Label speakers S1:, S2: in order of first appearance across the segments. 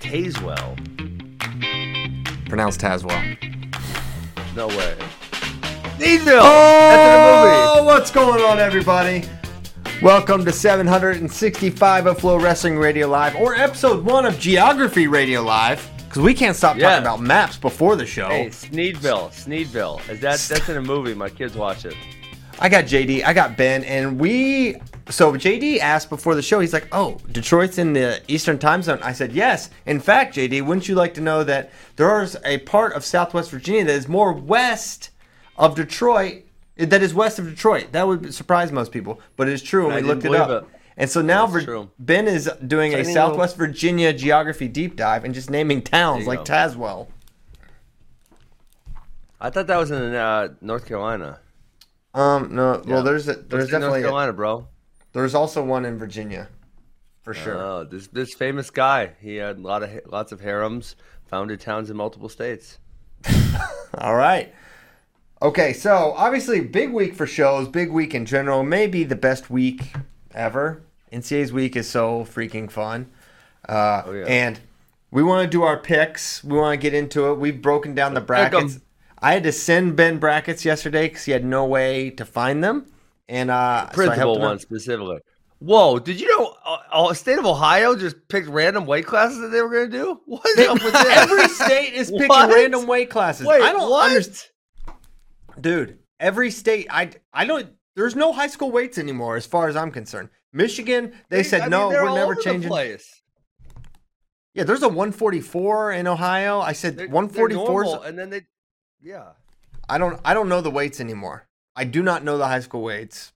S1: Tazewell.
S2: Pronounced Tazwell.
S1: No way. Needville! That's in a movie!
S2: Oh! what's going on, everybody? Welcome to 765 of Flow Wrestling Radio Live, or episode one of Geography Radio Live, because we can't stop
S1: Yeah.
S2: talking about maps before the show.
S1: Hey, Sneedville, Sneedville. Is that that's in a movie? My kids watch it.
S2: I got JD, I got Ben, and we. So JD asked before the show, he's like, "Oh, Detroit's in the Eastern Time Zone." I said, "Yes." In fact, JD, wouldn't you like to know that there is a part of Southwest Virginia that is more west of Detroit, that is west of Detroit. That would surprise most people, but it is true, and
S1: I
S2: we
S1: didn't
S2: looked it
S1: believe
S2: up.
S1: it.
S2: And so now
S1: That's
S2: Vir-
S1: true.
S2: Ben is doing a
S1: Tiny little-
S2: Southwest Virginia geography deep dive and just naming towns like
S1: go.
S2: Tazewell.
S1: I thought that was in uh, North Carolina.
S2: Um, no, well, there's a,
S1: It's
S2: there's
S1: in North
S2: definitely a,
S1: Carolina, bro.
S2: there's also one in Virginia, for sure.
S1: Oh, this this famous guy. He had a lot of lots of harems, founded towns in multiple states.
S2: All right. Okay, so obviously, big week for shows, big week in general, maybe the best week ever. NCA's week is so freaking fun. Uh,
S1: Oh, yeah.
S2: And we want to do our picks. We want to get into it. We've broken down the
S1: Pick 'em.
S2: brackets. I had to send Ben brackets yesterday because he had no way to find them. And uh, so I helped
S1: Principal
S2: him out.
S1: one specifically. Whoa! Did you know uh, uh, state of Ohio just picked random weight classes that they were going to do? What's up with that?
S2: Every state is picking
S1: What?
S2: random weight classes.
S1: Wait,
S2: I don't
S1: what?
S2: understand. dude every state i i don't there's no high school weights anymore as far as i'm concerned michigan they, said
S1: I mean,
S2: no
S1: they're
S2: we're
S1: all
S2: never
S1: over the
S2: changing
S1: place.
S2: yeah there's a 144 in ohio i said
S1: They're- they're
S2: 144
S1: normal,
S2: 's-
S1: and then they, yeah.
S2: i don't i don't know the weights anymore i do not know the high school weights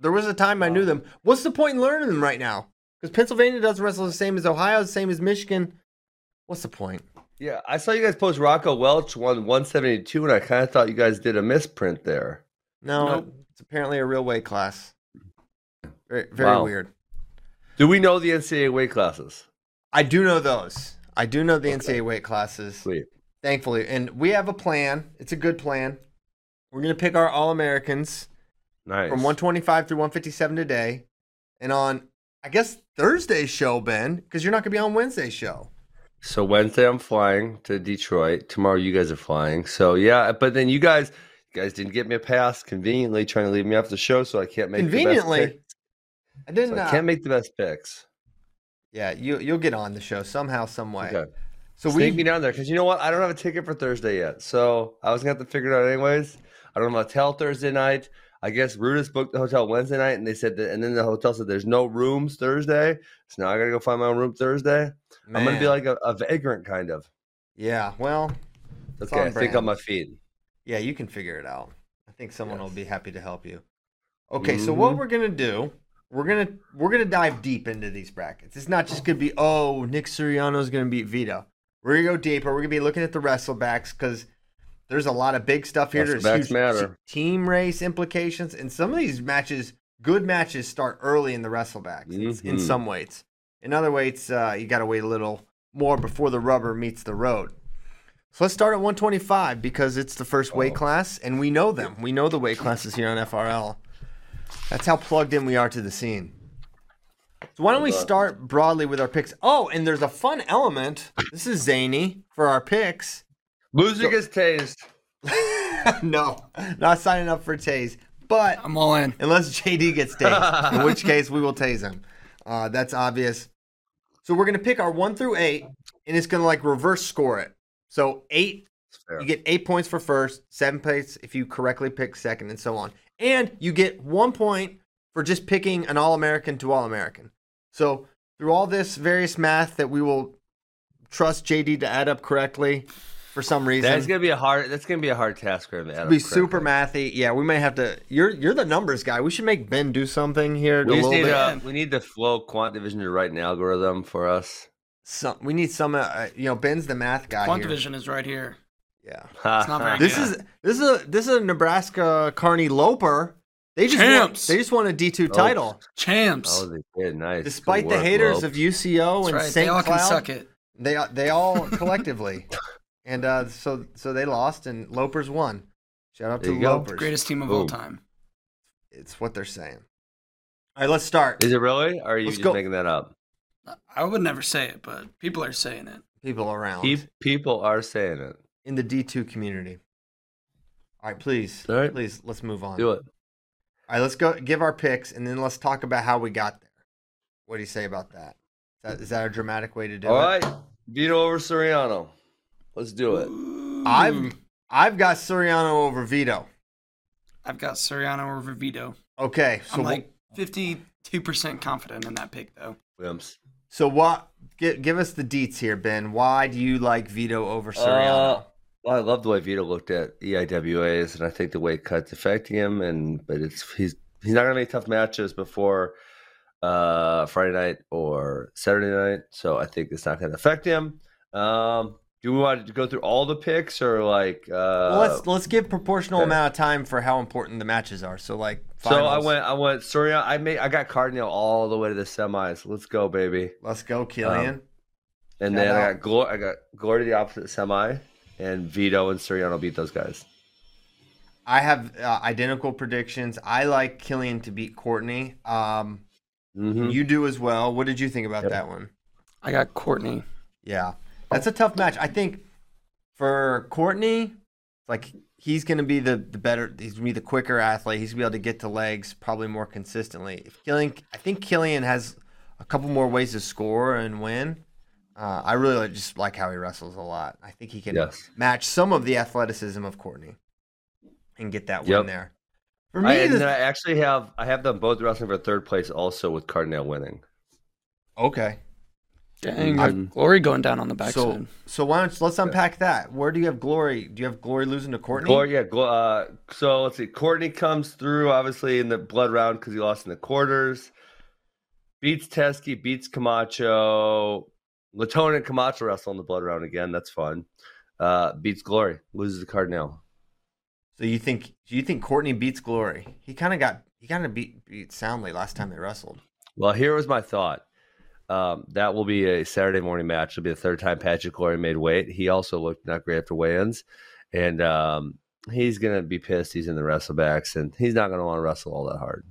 S2: there was a time i knew them what's the point in learning them right now because pennsylvania doesn't wrestle the same as ohio the same as michigan what's the point
S1: Yeah, I saw you guys post Rocco Welch won 172, and I kind of thought you guys did a misprint there.
S2: no
S1: Nope.
S2: it's apparently a real weight class very, very
S1: Wow.
S2: weird
S1: Do we know the NCAA weight classes?
S2: i do know those i do know the ncaa weight classes
S1: Sweet.
S2: thankfully. And we have a plan. It's a good plan. We're gonna pick our All Americans
S1: Nice.
S2: from 125 through 157 today, and on I guess Thursday's show, Ben, because you're not gonna be on Wednesday's show.
S1: so Wednesday, I'm flying to Detroit. Tomorrow, you guys are flying. So yeah, but then you guys, you guys didn't get me a pass. Conveniently, trying to leave me off the show, so I can't make The best
S2: Conveniently, I
S1: picks.
S2: didn't.
S1: So I
S2: uh,
S1: can't make the best picks.
S2: yeah, you you'll get on the show somehow, some way.
S1: Okay.
S2: So
S1: Sneak
S2: we
S1: me down there because you know what? I don't have a ticket for Thursday yet, so I was gonna have to figure it out anyways. I don't have a hotel Thursday night. I guess Rudis booked the hotel Wednesday night, and they said that, and then the hotel said there's no rooms Thursday, so now I gotta go find my own room Thursday. I'm gonna be
S2: Man.
S1: like a, a vagrant kind of.
S2: yeah. Well, It's
S1: Okay,
S2: on
S1: I think on
S2: brand.
S1: my feet.
S2: yeah, you can figure it out. I think someone will be happy to help you. Okay, so what
S1: Mhm.
S2: we're gonna do? We're gonna we're gonna dive deep into these brackets. It's not just gonna be oh Nick Siriano's gonna beat Vito. We're gonna go deeper. We're gonna be looking at the wrestlebacks because there's a lot of big stuff here. There's
S1: Wrestlebacks
S2: huge
S1: matter.
S2: t- team race implications, and some of these matches, good matches, start early in the wrestlebacks in, in
S1: Mhm.
S2: some weights. In other weights, uh, you gotta wait a little more before the rubber meets the road. So let's start at 125 because it's the first weight class, and we know them. We know the weight classes here on FRL. That's how plugged in we are to the scene. So why don't we start broadly with our picks? Oh, and there's a fun element. This is zany for our picks.
S1: Music is tased.
S2: no, not signing up for tase, but
S3: I'm all in.
S2: unless JD gets tased, in which case we will tase him. Uh, that's obvious. So we're gonna pick our one through eight, and it's gonna like reverse score it. So eight,
S1: It's fair.
S2: you get eight points for first, seven points if you correctly pick second, and so on. And you get one point for just picking an All-American to All-American. So through all this various math that we will trust JD to add up correctly for some reason.
S1: That's gonna be a hard. That's gonna be a hard task for him. To
S2: It'd be super mathy. Yeah, we may have to. You're you're the numbers guy. We should make Ben do something here.
S1: We just
S2: a little
S1: need
S2: bit.
S1: uh, we need the flow quant division to write an algorithm for us.
S2: some. We need some. Uh, you know, Ben's the math guy.
S3: Quant
S2: here.
S3: division is right here.
S2: Yeah.
S1: It's
S3: not very
S2: This
S3: Yeah.
S2: is this is a this is a Nebraska Carney Loper. They just want,
S3: Champs.
S2: they just won a D two title,
S3: Champs.
S1: Oh, they did nice.
S2: despite
S1: Good
S2: the
S1: work,
S2: haters
S1: Lope.
S2: of UCO
S3: That's
S2: and
S3: right.
S2: Saint
S3: they all
S2: Cloud.
S3: can suck it.
S2: They they all collectively, and uh, so so they lost and Lopers won. Shout out
S1: There
S2: to
S1: you go.
S2: Lopers.
S3: Greatest team of all
S1: Boom.
S3: time.
S2: It's what they're saying. All right, let's start.
S1: Is it really? Or are you
S2: Let's
S1: just
S2: go.
S1: making that up?
S3: I would never say it, but people are saying it.
S2: People around.
S1: Pe- people are saying it.
S2: in the D2 community. All right, please.
S1: All right.
S2: Please, let's move on.
S1: Do it.
S2: All right, let's go give our picks and then let's talk about how we got there. What do you say about that? Is that, is that a dramatic way to do
S1: All
S2: it?
S1: right, Vito over Soriano. Let's do it.
S2: I've I've got Soriano over Vito.
S3: I've got Soriano over Vito.
S2: Okay, so
S3: I'm
S2: wh-
S3: like 52% confident in that pick, though.
S1: Wimps.
S2: so what? Give, give us the deets here, Ben. Why do you like Vito over Soriano?
S1: Uh, well, I love the way Vito looked at EIWAs, and I think the way cuts affecting him. And but it's he's he's not gonna make tough matches before uh Friday night or Saturday night, so I think it's not gonna affect him. Um, do we want to go through all the picks or like? Uh,
S2: well, let's let's give proportional
S1: okay.
S2: amount of time for how important the matches are. So like,
S1: so I
S2: finals.
S1: went, I went Soriano. I made, I got Cardinal all the way to the semis. Let's go, baby.
S2: Let's go,
S1: Um,
S2: Killian.
S1: And
S2: Shout
S1: then I
S2: out.
S1: got Glory, I got Glory to the opposite semi, and Vito and Soriano beat those guys.
S2: I have uh, identical predictions. I like Killian to beat Courtney. Um,
S1: Mm-hmm.
S2: You do as well. What did you think about
S1: Yep.
S2: that one?
S3: I got Courtney.
S2: Yeah, that's a tough match. I think for Courtney, like he's going to be the, the better. He's going to be the quicker athlete. He's going to be able to get to legs probably more consistently. If Killian, I think Killian has a couple more ways to score and win. Uh, I really like- just like how he wrestles a lot. I think he can
S1: Yes.
S2: match some of the athleticism of Courtney and get that
S1: Yep.
S2: win there. For
S1: I,
S2: me,
S1: and
S2: this-
S1: then I actually have I have them both wrestling for third place, also with Cardinal winning.
S2: okay.
S3: Dang.
S1: I'm-
S3: Glory going down on the backside.
S2: So, so why don't you, let's unpack that. Where do you have glory? Do you have glory losing to Courtney?
S1: Glory, yeah. Glo- uh, so let's see. Courtney comes through, obviously in the blood round because he lost in the quarters. Beats Teskey, beats Camacho. Latona and Camacho wrestle in the blood round again. That's fun. Uh, beats Glory, loses the Cardinal.
S2: So you think do you think Courtney beats Glory? He kind of got he kind of beat beat soundly last time they wrestled.
S1: Well, here was my thought. Um, that will be a Saturday morning match. It'll be the third time Patrick Glory made weight. He also looked not great after weigh-ins, and um, he's gonna be pissed. He's in the wrestlebacks, and he's not gonna want to wrestle all that hard.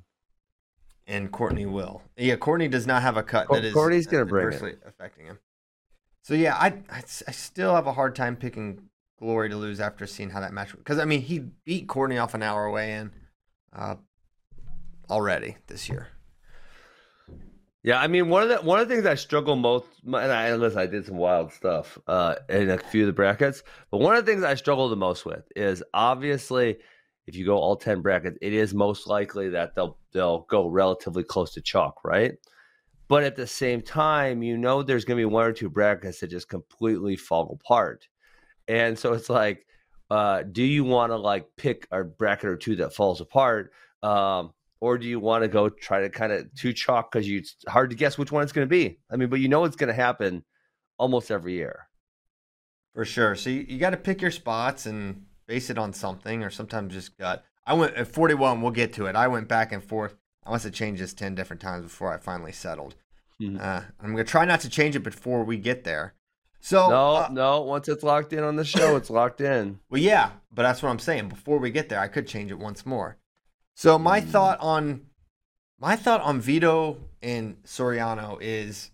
S2: And Courtney will. Yeah, Courtney does not have a cut
S1: Cour-
S2: that is uh,
S1: Courtney's gonna bring it.
S2: adversely affecting him. So yeah, I, I s- I still have a hard time picking Glory to lose after seeing how that match because I mean he beat Courtney off an hour away in uh, already this year.
S1: Yeah, I mean one of the one of the things I struggle most, and I and listen, I did some wild stuff uh, in a few of the brackets, but one of the things I struggle the most with is obviously if you go all ten brackets, it is most likely that they'll they'll go relatively close to chalk, right? But at the same time, you know there's going to be one or two brackets that just completely fall apart, and so it's like, uh, do you want to like pick a bracket or two that falls apart? Um, or do you want to go try to kind of two chalk because you it's hard to guess which one it's going to be? I mean, but you know it's going to happen almost every year.
S2: For sure. So you, you got to pick your spots and base it on something, or sometimes just gut. I went at 41. We'll get to it. I went back and forth. I must have changed this 10 different times before I finally settled.
S1: Mhm.
S2: Uh, I'm gonna try not to change it before we get there. So
S1: no,
S2: uh,
S1: no. Once it's locked in on the show, it's locked in.
S2: well, yeah, but that's what I'm saying. Before we get there, I could change it once more. So my thought on my thought on Vito and Soriano is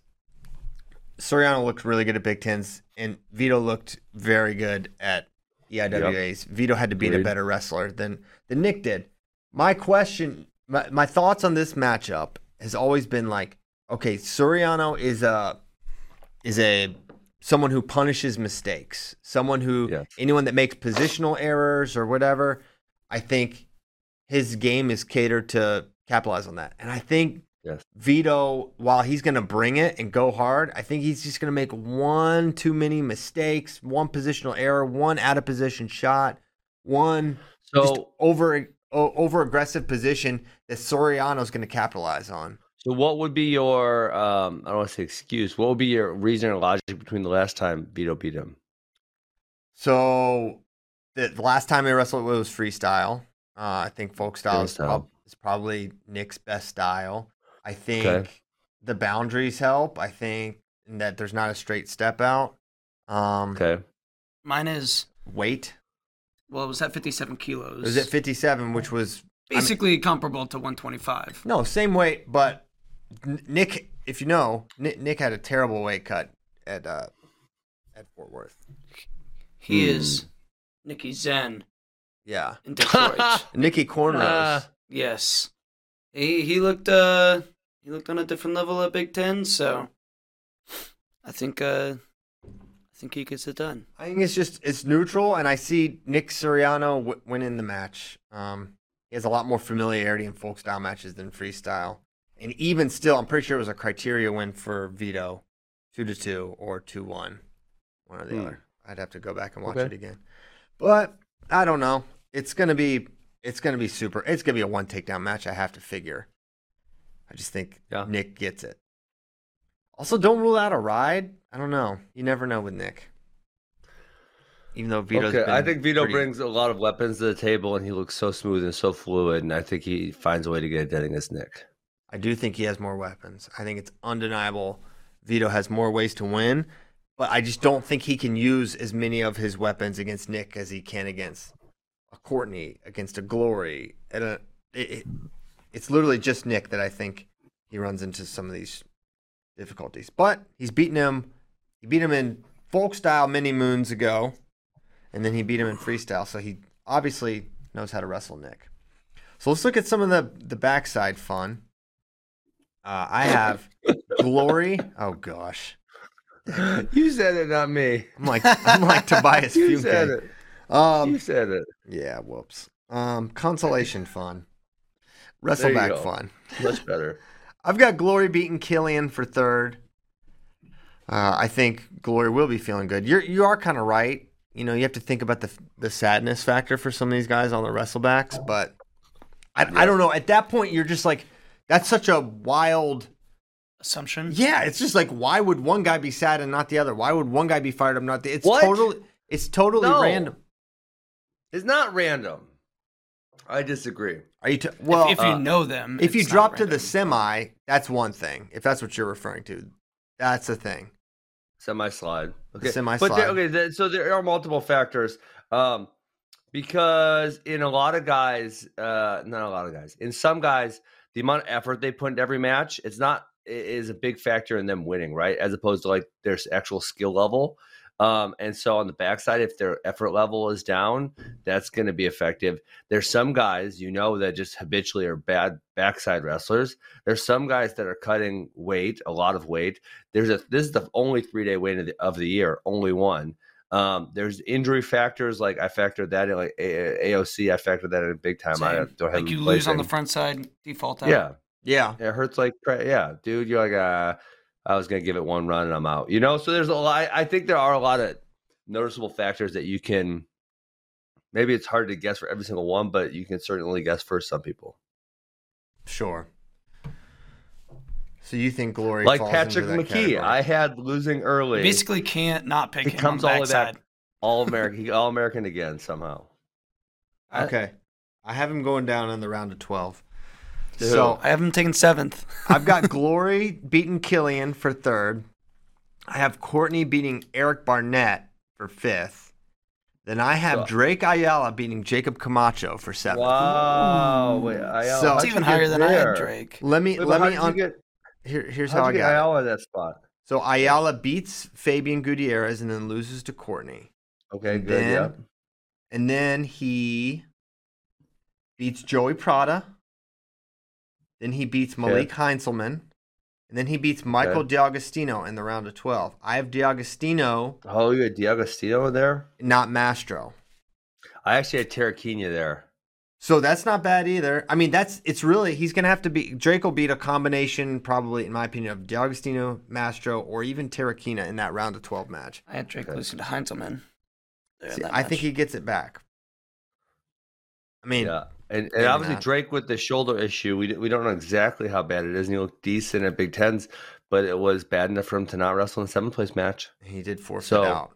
S2: Soriano looked really good at Big Tens, and Vito looked very good at E EIWA's. Vito had to beat a
S1: Agreed.
S2: better wrestler than than Nick did. My question, my, my thoughts on this matchup has always been like, okay, Soriano is a is a someone who punishes mistakes, someone who
S1: Yes.
S2: anyone that makes positional errors or whatever. I think his game is catered to capitalize on that, and I think
S1: Yes.
S2: Vito, while he's going to bring it and go hard, I think he's just going to make one too many mistakes, one positional error, one out of position shot, one just
S1: So,
S2: over over aggressive position that Soriano's going to capitalize on.
S1: so what would be your um? I don't want to say excuse. What would be your reason or logic between the last time Vito beat him?
S2: So the, the last time they wrestled it was freestyle. Uh, I think folk style is,
S1: Freestyle.
S2: prob- is probably Nick's best style. I think
S1: Okay.
S2: the boundaries help. I think that there's not a straight step out. Um,
S1: Okay.
S3: Mine is
S2: Weight
S3: well, it was at 57 kilos.
S2: it was at 57, which was
S3: basically comparable to 125?
S2: no same weight, but N- Nick, if you know, Nick, Nick had a terrible weight cut at uh, at Fort Worth.
S3: He is Nikki Zen
S2: Yeah,
S3: in Detroit.
S2: Nikki Cornrows.
S3: Uh, yes, he he looked uh he looked on a different level at Big Ten. So I think uh I think he gets it done.
S2: I think it's just it's neutral, and I see Nick Soriano w- winning the match. Um, he has a lot more familiarity in folk style matches than freestyle, and even still, I'm pretty sure it was a criteria win for Vito, two to two or two one, one or the
S1: Hmm.
S2: other. I'd have to go back and watch
S1: Okay.
S2: it again, but I don't know. It's gonna be it's gonna be super. It's gonna be a one takedown match. I have to figure. I just think
S1: Yeah.
S2: Nick gets it. Also, don't rule out a ride. I don't know. You never know with Nick. Even though Vito's
S1: okay, I
S2: been
S1: think Vito
S2: pretty-
S1: brings a lot of weapons to the table, and he looks so smooth and so fluid. And I think he finds a way to get it done against Nick.
S2: I do think he has more weapons. I think it's undeniable. Vito has more ways to win, but I just don't think he can use as many of his weapons against Nick as he can against a Courtney, against a Glory, and a. It, it, it's literally just Nick that I think he runs into some of these difficulties. But he's beaten him. He beat him in folk style many moons ago, and then he beat him in freestyle. So he obviously knows how to wrestle Nick. So let's look at some of the the backside fun. Uh, I have Glory. Oh gosh,
S1: you said it, not me.
S2: I'm like I'm like Tobias
S1: You said
S2: Fumke.
S1: it. You
S2: Um,
S1: said it.
S2: yeah, whoops. Um, consolation fun,
S1: There you
S2: wrestleback
S1: go.
S2: fun.
S1: Much better.
S2: I've got Glory beating Killian for third. Uh, I think Glory will be feeling good. You're you are kind of right. You know, you have to think about the the sadness factor for some of these guys on the wrestlebacks, but I, I don't know. At that point, you're just like, that's such a wild.
S3: Assumption.
S2: Yeah, it's just like, why would one guy be sad and not the other? Why would one guy be fired up, not the? It's
S1: What?
S2: totally, it's totally
S1: No.
S2: random.
S1: It's not random. I disagree.
S2: Are you? T- well,
S3: Well, if, if you
S1: uh,
S3: know them,
S2: If you
S3: it's not
S2: drop to the
S3: random.
S2: semi, that's one thing. If that's what you're referring to, that's a thing.
S1: Semi slide. Okay.
S2: Semi-slide.
S1: But there, okay, there- so there are multiple factors. Um, because in a lot of guys, uh, not a lot of guys, in some guys, the amount of effort they put into every match, it's not i- is a big factor in them winning, right? As opposed to like their s- actual skill level. Um, and so on the backside, if their effort level is down, that's going to be effective. There's some guys you know that just habitually are bad backside wrestlers. There's some guys that are cutting weight, a lot of weight. There's a this is the only three day wait of the, of the year, only one. Um, there's injury factors like I factored that in, like A- A- AOC. I factored that in big time. I
S3: Same.
S1: don't have
S3: like
S1: them
S3: you lose on the
S1: placing.
S3: front side, default out.
S1: Yeah,
S2: Yeah.
S1: it hurts like cra- yeah, dude. You're like, uh, I was gonna give it one run and I'm out. You know, so there's a lot. I think there are a lot of noticeable factors that you can. Maybe it's hard to guess for every single one, but you can certainly guess for some people,
S2: Sure. So you think Glory
S1: like
S2: falls
S1: Patrick
S2: into that
S1: McKee.
S2: category.
S1: I had losing early,
S3: You basically can't not pick
S1: He
S3: him
S1: comes
S3: on
S1: all the way back.
S3: backside.
S1: all American, all American again somehow. I-
S2: okay. I have him going down in the round of twelve.
S1: Dude.
S2: So
S3: I have him taken seventh.
S2: I've got Glory beating Killian for third. I have Courtney beating Eric Barnett for fifth. Then I have
S1: So-
S2: Drake Ayala beating Jacob Camacho for seventh.
S1: Wow, wait, Ayala,
S2: So-
S1: how'd
S3: It's
S1: you
S3: even
S1: get
S3: higher than I
S1: there?
S3: had Drake.
S2: Let me
S1: Wait, but
S2: let
S1: how'd
S2: me
S1: you
S2: on.
S1: get-
S2: here, here's
S1: how'd
S2: how I
S1: you get
S2: got. it.
S1: Ayala in that spot.
S2: So Ayala beats Fabian Gutierrez and then loses to Courtney.
S1: Okay,
S2: And
S1: good.
S2: then-
S1: yeah.
S2: And then he beats Joey Prada. Then he beats Malik Heinzelman. And then he beats Michael
S1: Okay.
S2: DiAgostino in the round of 12. I have DiAgostino,
S1: Oh, you had Diagostino there.
S2: not Mastro.
S1: I actually had Terraquina there.
S2: So that's not bad either. I mean, that's it's really he's gonna have to be Drake will beat a combination, probably in my opinion, of D'Agostino, Mastro, or even Terrakina in that round of twelve match.
S3: I had Drake
S1: Okay.
S3: losing to Heinzelman. there in
S2: See,
S3: that
S2: I think
S3: match.
S2: he gets it back. I mean,
S1: Yeah, and,
S2: maybe
S1: and obviously
S2: not.
S1: Drake with the shoulder issue, we d- we don't know exactly how bad it is, and he looked decent at Big Tens, but it was bad enough for him to not wrestle in seventh place match.
S2: he did forfeit
S1: So-
S2: out.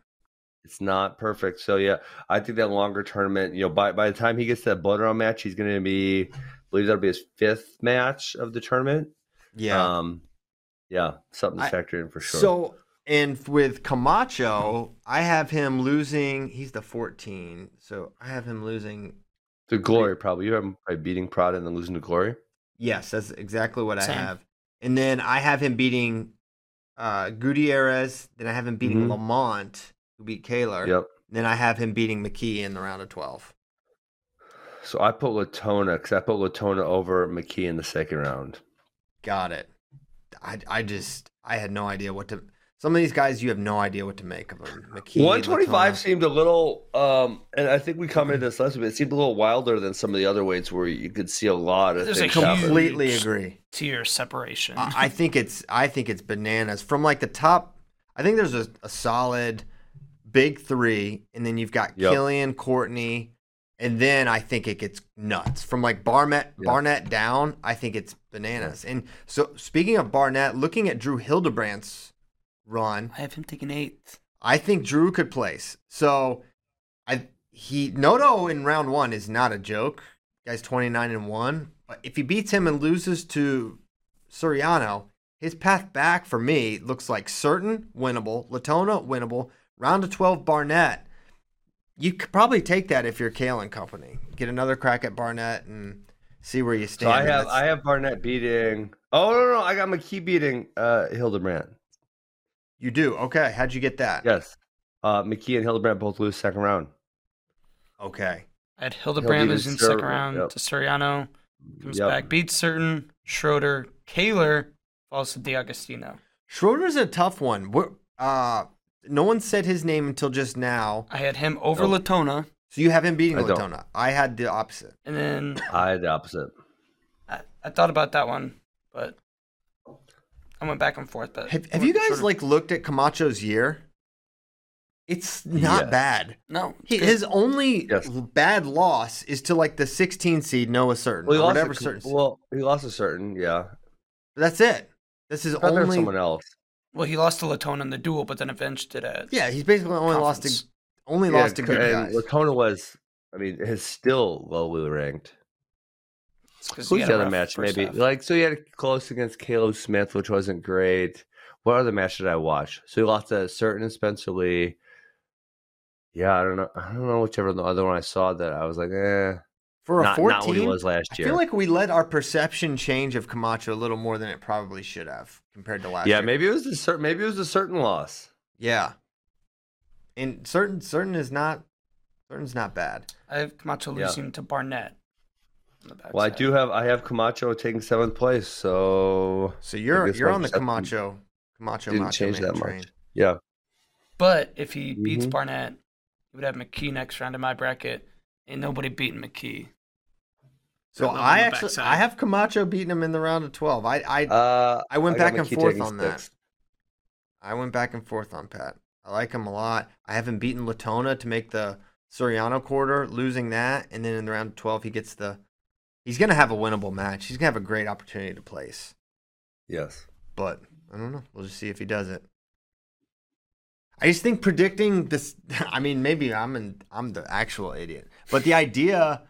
S1: It's not perfect, so yeah, I think that longer tournament, you know, by by the time he gets that blood round match, he's going to be, I believe that'll be his fifth match of the tournament.
S2: Yeah.
S1: um, yeah, something to
S2: I-
S1: factor in for sure.
S2: So and with Camacho, I have him losing. He's the fourteen, so I have him losing.
S1: the glory, probably you have him probably beating Prada and then losing to glory.
S2: Yes, that's exactly what
S3: Same.
S2: I have. And then I have him beating uh, Gutierrez. Then I have him beating
S1: Mhm.
S3: Mm-hmm.
S2: Lamont, who beat Kaler.
S1: Yep.
S2: Then I have him beating McKee in the round of 12.
S1: So I put Latona because I put Latona over McKee in the second round.
S2: Got it. I, I just, I had no idea what to. Some of these guys, you have no idea what to make of them. McKee.
S1: 125
S2: Latona.
S1: seemed a little, um, and I think we commented this last week. It seemed a little wilder than some of the other weights where you could see a lot of
S3: There's
S1: things
S3: a
S1: happen.
S3: huge-
S2: Completely agree.
S3: tier separation.
S2: I, I think it's, I think it's bananas. From like the top, I think there's a, a solid big three, and then you've got
S1: Yep.
S2: Killian, Courtney, and then I think it gets nuts from like Barnett, Barnett down. I think it's bananas. And so, speaking of Barnett, looking at Drew Hildebrandt's run,
S3: I have him taking eighth.
S2: I think Drew could place. So I he Noto in round one is not a joke. Guy's twenty nine and one. But if he beats him and loses to Soriano, his path back for me looks like certain, winnable, Latona winnable, round of twelve Barnett. You could probably take that if you're Kale and company. Get another crack at Barnett and see where you
S1: So
S2: stand.
S1: I
S2: And
S1: have
S2: that's-
S1: I have Barnett beating. Oh no no! I got McKee beating uh, Hildebrandt.
S2: you do. Okay. How'd you get that?
S1: Yes, uh, McKee and Hildebrandt both lose second round.
S2: Okay.
S3: I had Hildebrand
S1: He'll be
S3: losing
S1: the
S3: second
S1: server,
S3: round
S1: yep.
S3: to Soriano. Comes
S1: Yep.
S3: back, beats Certain, Schroeder, Kaler, falls to DiAgostino.
S2: Schroeder's a tough one. We're, uh, no one said his name until just now.
S3: I had him over
S1: Nope.
S3: Latona,
S2: So you have him beating
S1: I don't.
S2: Latona. I had the opposite.
S3: and then
S1: I had the opposite.
S3: I, I thought about that one, but I went back and forth. But
S2: Have,
S3: I
S2: have
S3: went
S2: you guys
S3: Schroeder.
S2: like looked at Camacho's year? It's not
S1: Yes.
S2: bad.
S3: no?
S2: He,
S3: good.
S2: his only
S1: Yes.
S2: bad loss is to like the 16 seed Noah Certain
S1: Well, he
S2: or
S1: lost.
S2: whatever
S1: A,
S2: Certain.
S1: certain, well, he lost a certain. Yeah,
S2: that's it. This is
S1: I thought there was
S2: only
S1: someone else.
S3: Well, he lost to Latona in the duel, but then avenged it at
S2: yeah. He's basically only lost
S3: conference.
S2: to only
S1: Yeah,
S2: lost to good
S1: and
S2: guys.
S1: Latona was. I mean, is still lowly ranked.
S3: It's 'cause he
S1: Who's
S3: had
S1: the
S3: a
S1: other
S3: rough
S1: match?
S3: first
S1: Maybe
S3: half.
S1: like so he had a close against Caleb Smith, which wasn't great. What other match did I watch? So he lost to certain and Spencer Lee. Yeah, I don't know. I don't know whichever the other one I saw that I was like, eh,
S2: For a
S1: not,
S2: 14,
S1: not what he was last year.
S2: I feel like we let our perception change of Camacho a little more than it probably should have compared to last
S1: yeah,
S2: year.
S1: maybe it was a certain. Maybe it was a certain loss.
S2: Yeah. And certain certain is not certain's not bad.
S3: I have Camacho
S1: Yeah.
S3: losing to Barnett. on the
S1: Well, I
S3: backside.
S1: do have I have Camacho taking seventh place, so
S2: So
S1: I
S2: you're
S1: guess
S2: you're
S1: my
S2: on the
S1: perception
S2: Camacho Camacho
S1: Didn't
S2: Macho
S1: change
S2: Man
S1: that
S2: train.
S1: much. Yeah,
S3: But if he beats
S1: Mhm.
S3: Barnett, he would have McKee next round in my bracket. Ain't nobody beating McKee.
S2: So
S3: Not on
S2: I
S3: the
S2: actually
S3: backside.
S2: I have Camacho beating him in the round of 12. I I
S1: uh,
S2: I went
S1: got
S2: back and
S1: McKee
S2: forth
S1: taking
S2: on that.
S1: sixth.
S2: I went back and forth on Pat. I like him a lot. I haven't beaten Latona to make the Soriano quarter, losing that, and then in the round of 12 he gets the he's going to have a winnable match. He's going to have a great opportunity to place.
S1: Yes,
S2: but I don't know. We'll just see if he does it. I just think predicting this. I mean, maybe I'm an, I'm the actual idiot, but the idea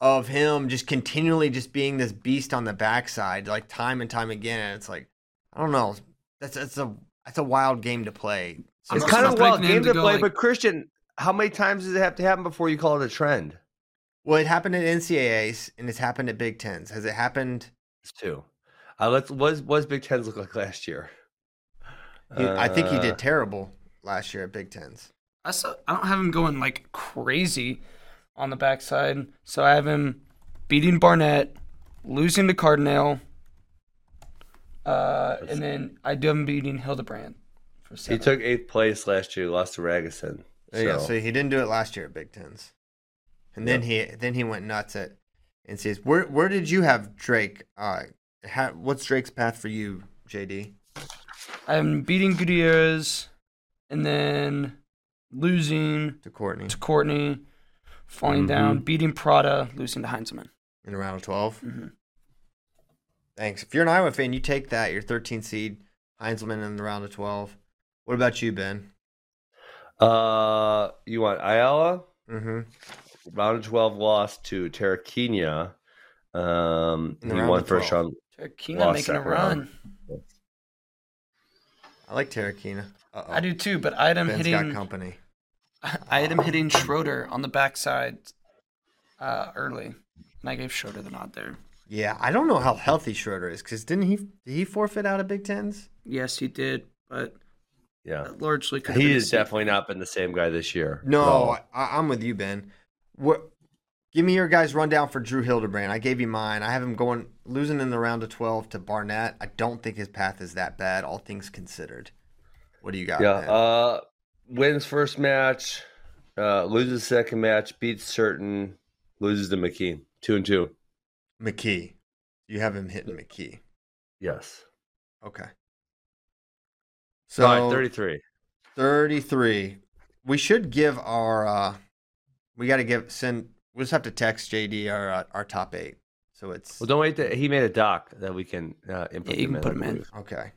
S2: of him just continually just being this beast on the backside, like time and time again, it's like I don't know. That's that's a that's a wild game to play. So
S3: I'm
S1: it's
S3: not
S1: kind of
S3: expecting
S1: well
S3: him
S1: game
S3: to
S1: to
S3: go
S1: play,
S3: like-
S1: but Christian, how many times does it have to happen before you call it a trend?
S2: well, it happened at NCAA's and it's happened at Big Tens. Has it happened?
S1: It's two. Uh, let's was was Big Tens look like last year?
S2: He, I think he
S1: Uh,
S2: did terrible last year at Big Tens.
S3: I saw, I don't have him going like crazy on the backside. So I have him beating Barnett, losing to Cardinal, Uh, and then I do have him beating Hildebrand for
S1: He
S3: seven.
S1: took eighth place last year, lost to Ragusan.
S2: There you go. Uh, So he didn't do it last year at Big Tens, and then he then he went nuts at NCAAs. Where where did you have Drake? Uh, ha, what's Drake's path for you, JD?
S3: I'm beating Gutierrez, and then losing
S2: To Courtney
S3: to Courtney, falling
S1: Mm-hmm.
S3: down, beating Prada, losing to Heinzman.
S2: in round of 12
S3: Mhm.
S2: Thanks. If you're an Iowa fan, you take that. Your 13 seed Heinzelman in the round of twelve. What about you, Ben?
S1: Uh, you want Ayala?
S2: Mm-hmm.
S1: Round of 12 lost to Terraquina. Um,
S2: In the
S1: he
S2: round
S1: won
S2: of
S1: first
S2: 12.
S1: round.
S3: Tarquina
S1: Lost
S3: making a
S1: that
S3: run.
S1: round.
S2: I like Tarakina. Uh-oh.
S3: I do too, but I had him
S2: Ben's got
S3: hitting.
S2: company.
S3: I had him hitting Schroeder on the backside uh, early, and I gave Schroeder the nod there.
S2: Yeah, I don't know how healthy Schroeder is because didn't he did he forfeit out of Big Tens?
S3: Yes, he did, but
S1: Yeah.
S3: that largely could. have
S1: He
S3: been
S1: has
S3: his season.
S1: definitely not been the same guy this year.
S2: No,
S1: at all.
S2: I, I'm with you, Ben. What? Give me your guys' rundown for Drew Hildebrand. I gave you mine. I have him going losing in the round of 12 to Barnett. I don't think his path is that bad, all things considered. What do you got?
S1: Yeah.
S2: Ben?
S1: Uh, wins first match, uh, loses second match, beats certain, loses to McKean. Two and two.
S2: McKee. You have him hitting McKee.
S1: Yes.
S2: Okay. So
S1: So, All right, 33.
S2: 33. We should give our uh we got to give send we'll just have to text JD our uh, our top 8. So it's
S1: Well, don't wait. To, he made a doc that we can uh,
S3: Yeah,
S1: input.
S3: you
S1: him
S3: can put
S1: I
S3: him in.
S1: believe.
S2: okay.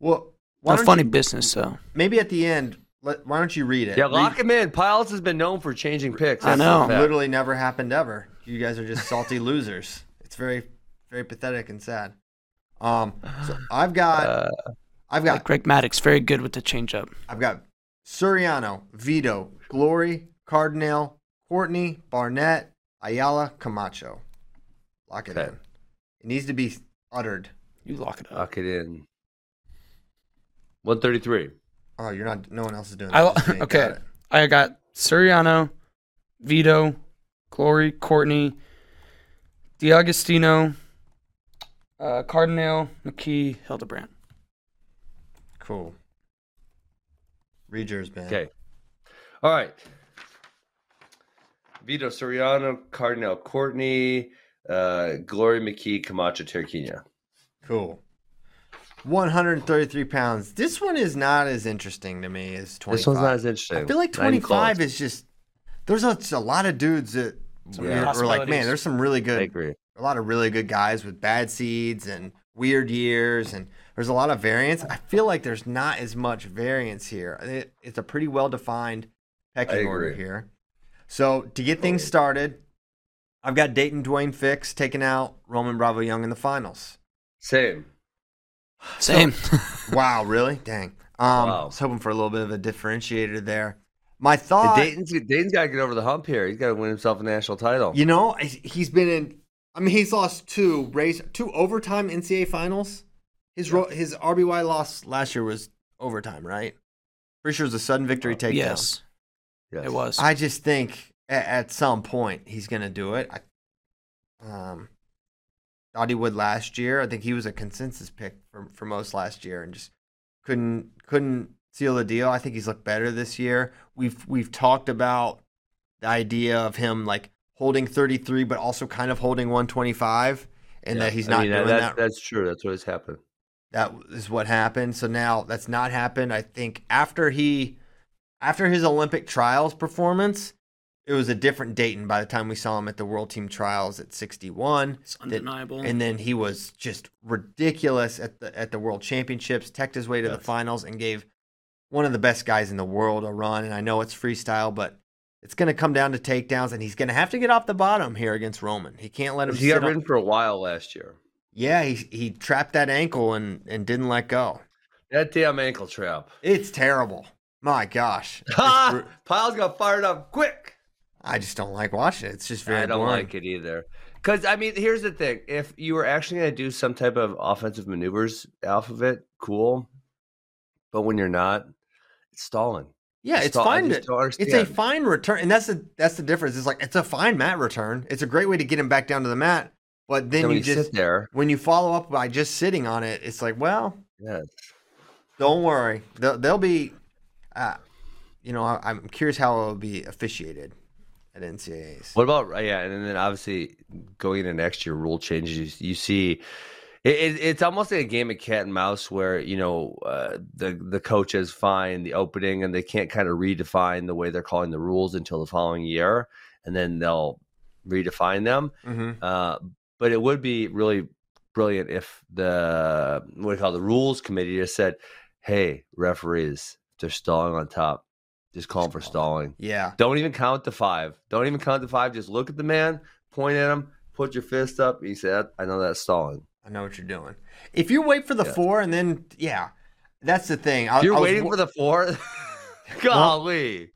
S2: Well, why
S3: Not
S2: don't
S3: funny
S2: you-
S3: business though.
S2: maybe at the end let, why don't you read it?
S1: Yeah,
S2: Read-
S1: lock him in. Piles has been known for changing picks.
S3: I
S1: That's a
S3: know.
S1: fact.
S2: Literally never happened ever. You guys are just salty losers. It's very very pathetic and sad. Um so I've got
S1: Uh,
S2: I've got
S3: Like Greg Maddox, very good with the changeup.
S2: I've got Suriano, Vito, Glory, Cardinal, Courtney, Barnett, Ayala, Camacho. Lock it
S1: Okay.
S2: in. It needs to be uttered.
S3: You lock it up.
S1: Lock it in. 133.
S2: Oh, you're not. No one else is doing
S3: I
S2: that.
S3: lo-
S2: just me.
S3: okay.
S2: Got it.
S3: I got Suriano, Vito, Glory, Courtney, DiAgostino, uh, Cardinal, McKee, Hildebrand.
S2: Cool. Read yours, Ben.
S1: Okay. All right. Vito Soriano, Cardinal Courtney, uh, Glory McKee, Camacho Terquina.
S2: Cool. 133 pounds. This one is not as interesting to me as 25.
S1: This one's not as interesting.
S2: I feel like
S1: Not even
S2: 25
S1: close.
S2: is just. There's a, a lot of dudes that
S3: Some
S2: we're, we're like, man,
S3: possibilities.
S2: there's some really
S1: I
S2: good
S1: agree.
S2: a lot of really good guys with bad seeds and weird years and there's a lot of variance i feel like there's not as much variance here It- it's a pretty well defined
S1: I
S2: pecking
S1: agree.
S2: order here so to get things started i've got dayton dwayne fix taking out roman bravo young in the finals
S1: Same.
S3: Same.
S2: wow really dang um
S1: Wow.
S2: i was hoping for a little bit of a differentiator there my
S1: And
S2: thought
S1: Dayton's, Dayton's got to get over the hump here. He's got to win himself a national title.
S2: You know, I- he's been in. I mean, he's lost two race two overtime NCAA finals. His ro his RBY loss last year was overtime, right? Pretty sure it was a sudden victory takedown.
S3: yes,
S1: Yes.
S3: it was.
S2: I just think at, at some point he's going to do it. I um, thought he would last year. I think he was a consensus pick for for most last year, and just couldn't couldn't seal the deal. I think he's looked better this year. We've we've talked about the idea of him like holding 33, but also kind of holding 125, and
S1: Yeah.
S2: that he's
S1: I
S2: not
S1: mean,
S2: doing
S1: that's,
S2: that
S1: That's true. That's what has happened.
S2: that is what happened. So now that's not happened. I think after he, after his Olympic trials performance, it was a different Dayton by the time we saw him at the World Team Trials at 61.
S3: It's
S2: That-
S3: undeniable.
S2: and then he was just ridiculous at the at the World Championships, teched his way to the
S1: Yes.
S2: finals, and gave one of the best guys in the world a run. And I know it's freestyle, but it's going to come down to takedowns, and he's going to have to get off the bottom here against Roman. He can't let him.
S1: He
S2: sit
S1: got
S2: on-
S1: ridden for a while last year.
S2: yeah, he he trapped that ankle and and didn't let go.
S1: That damn ankle trap.
S2: It's terrible. My gosh. It's
S1: Ha!
S2: bru-
S1: Piles got fired up quick.
S2: I just don't like watching it. It's just very
S1: I don't
S2: boring.
S1: like it either. Because I mean, here's the thing: if you were actually going to do some type of offensive maneuvers off of it, cool. But when you're not, it's stalling. I
S2: Yeah, it's
S1: just don't- I
S2: fine.
S1: just don't
S2: To, it's a
S1: understand.
S2: fine return, and that's the that's the difference. It's like it's a fine mat return. It's a great way to get him back down to the mat. But then
S1: when
S2: you just
S1: sit there.
S2: when you follow up by just sitting on it, it's like, well,
S1: Yeah.
S2: don't worry, they'll, they'll be. Uh, you know, I, I'm curious how it'll be officiated at NCAA's.
S1: What about uh, yeah? And then obviously going into next year, rule changes. You, you see, it, it, it's almost like a game of cat and mouse where you know uh, the the coaches find the opening and they can't kind of redefine the way they're calling the rules until the following year, and then they'll redefine them.
S2: Mm-hmm.
S1: Uh, but it would be really brilliant if the what do you call it, the rules committee just said, "Hey, referees, they're stalling on top. Just call them for stalling."
S2: Yeah.
S1: Don't even count the five. Don't even count the five. Just look at the man, point at him, put your fist up. He said, "I know that's stalling."
S2: I know what you're doing. If you wait for the
S1: Yeah.
S2: four and then, yeah, that's the thing. I,
S1: You're
S2: I was
S1: waiting
S2: wo-
S1: for the four. Golly,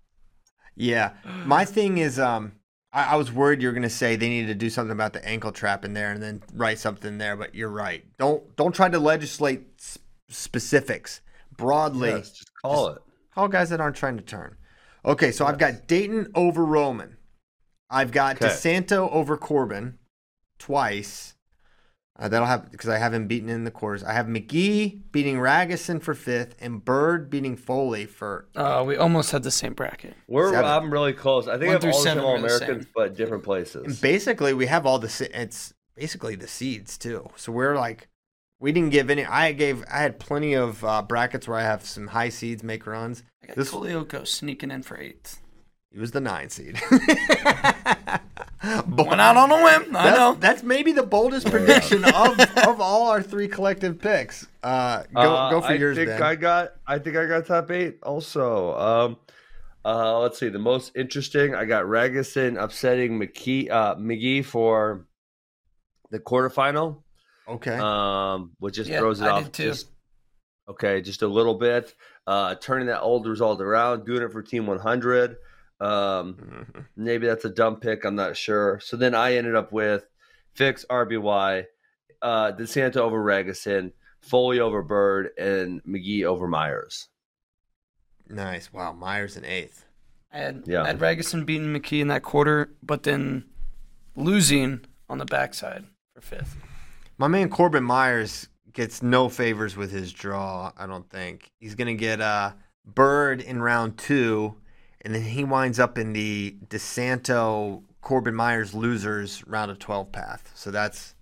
S2: Yeah, my thing is, um, I, I was worried you were gonna say they needed to do something about the ankle trap in there and then write something there, but you're right. Don't don't try to legislate s- specifics broadly.
S1: Yes, just call it.
S2: Call guys that aren't trying to turn. Okay, so I've got Dayton over Roman. I've got
S1: Okay.
S2: DeSanto over Corbin twice. Uh, that'll have because I haven't beaten in the quarters. I have McGee beating Raguson for fifth, and Bird beating Foley for
S3: Uh, we almost had the same bracket.
S1: We're
S2: Seven.
S1: I'm really close. I think
S3: One
S1: I have
S3: through
S1: all the same
S3: seven
S1: all
S3: are the same.
S1: Americans, but different
S2: And
S1: places.
S2: basically, we have all the se- it's basically the seeds too. So we're like, we didn't give any. I gave I had plenty of uh, brackets where I have some high seeds make runs.
S3: I got
S2: This-
S3: Kolioko sneaking in for eighth.
S2: It was the nine seed.
S3: Went out on a whim. I
S2: That's-
S3: know.
S2: that's maybe the boldest prediction of, of all our three collective picks. Uh, go
S1: Uh,
S2: go for
S1: I
S2: yours,
S1: think
S2: Ben.
S1: I got. I think I got top eight. Also, um, uh, let's see. The most interesting. I got Raguson upsetting McKee, uh, McGee for the quarterfinal.
S2: okay,
S3: Uh,
S1: um, which just
S3: Yeah,
S1: throws it
S3: I
S1: off.
S3: did too.
S1: Just, okay, just a little bit. Uh, turning that old result around, doing it for Team 100. Um,
S2: Mm-hmm.
S1: Maybe that's a dumb pick. I'm not sure. So then I ended up with Fix RBY, uh, DeSanto over Raguson, Foley over Bird, and McGee over Myers.
S2: nice. Wow, Myers in eighth.
S3: I had,
S1: Yeah.
S3: I had Raguson beating McKee in that quarter, but then losing on the backside for fifth.
S2: My man Corbin Myers gets no favors with his draw, I don't think. He's going to get uh, Bird in round two, and then he winds up in the DeSanto Corbin Myers losers round of 12 path. So that's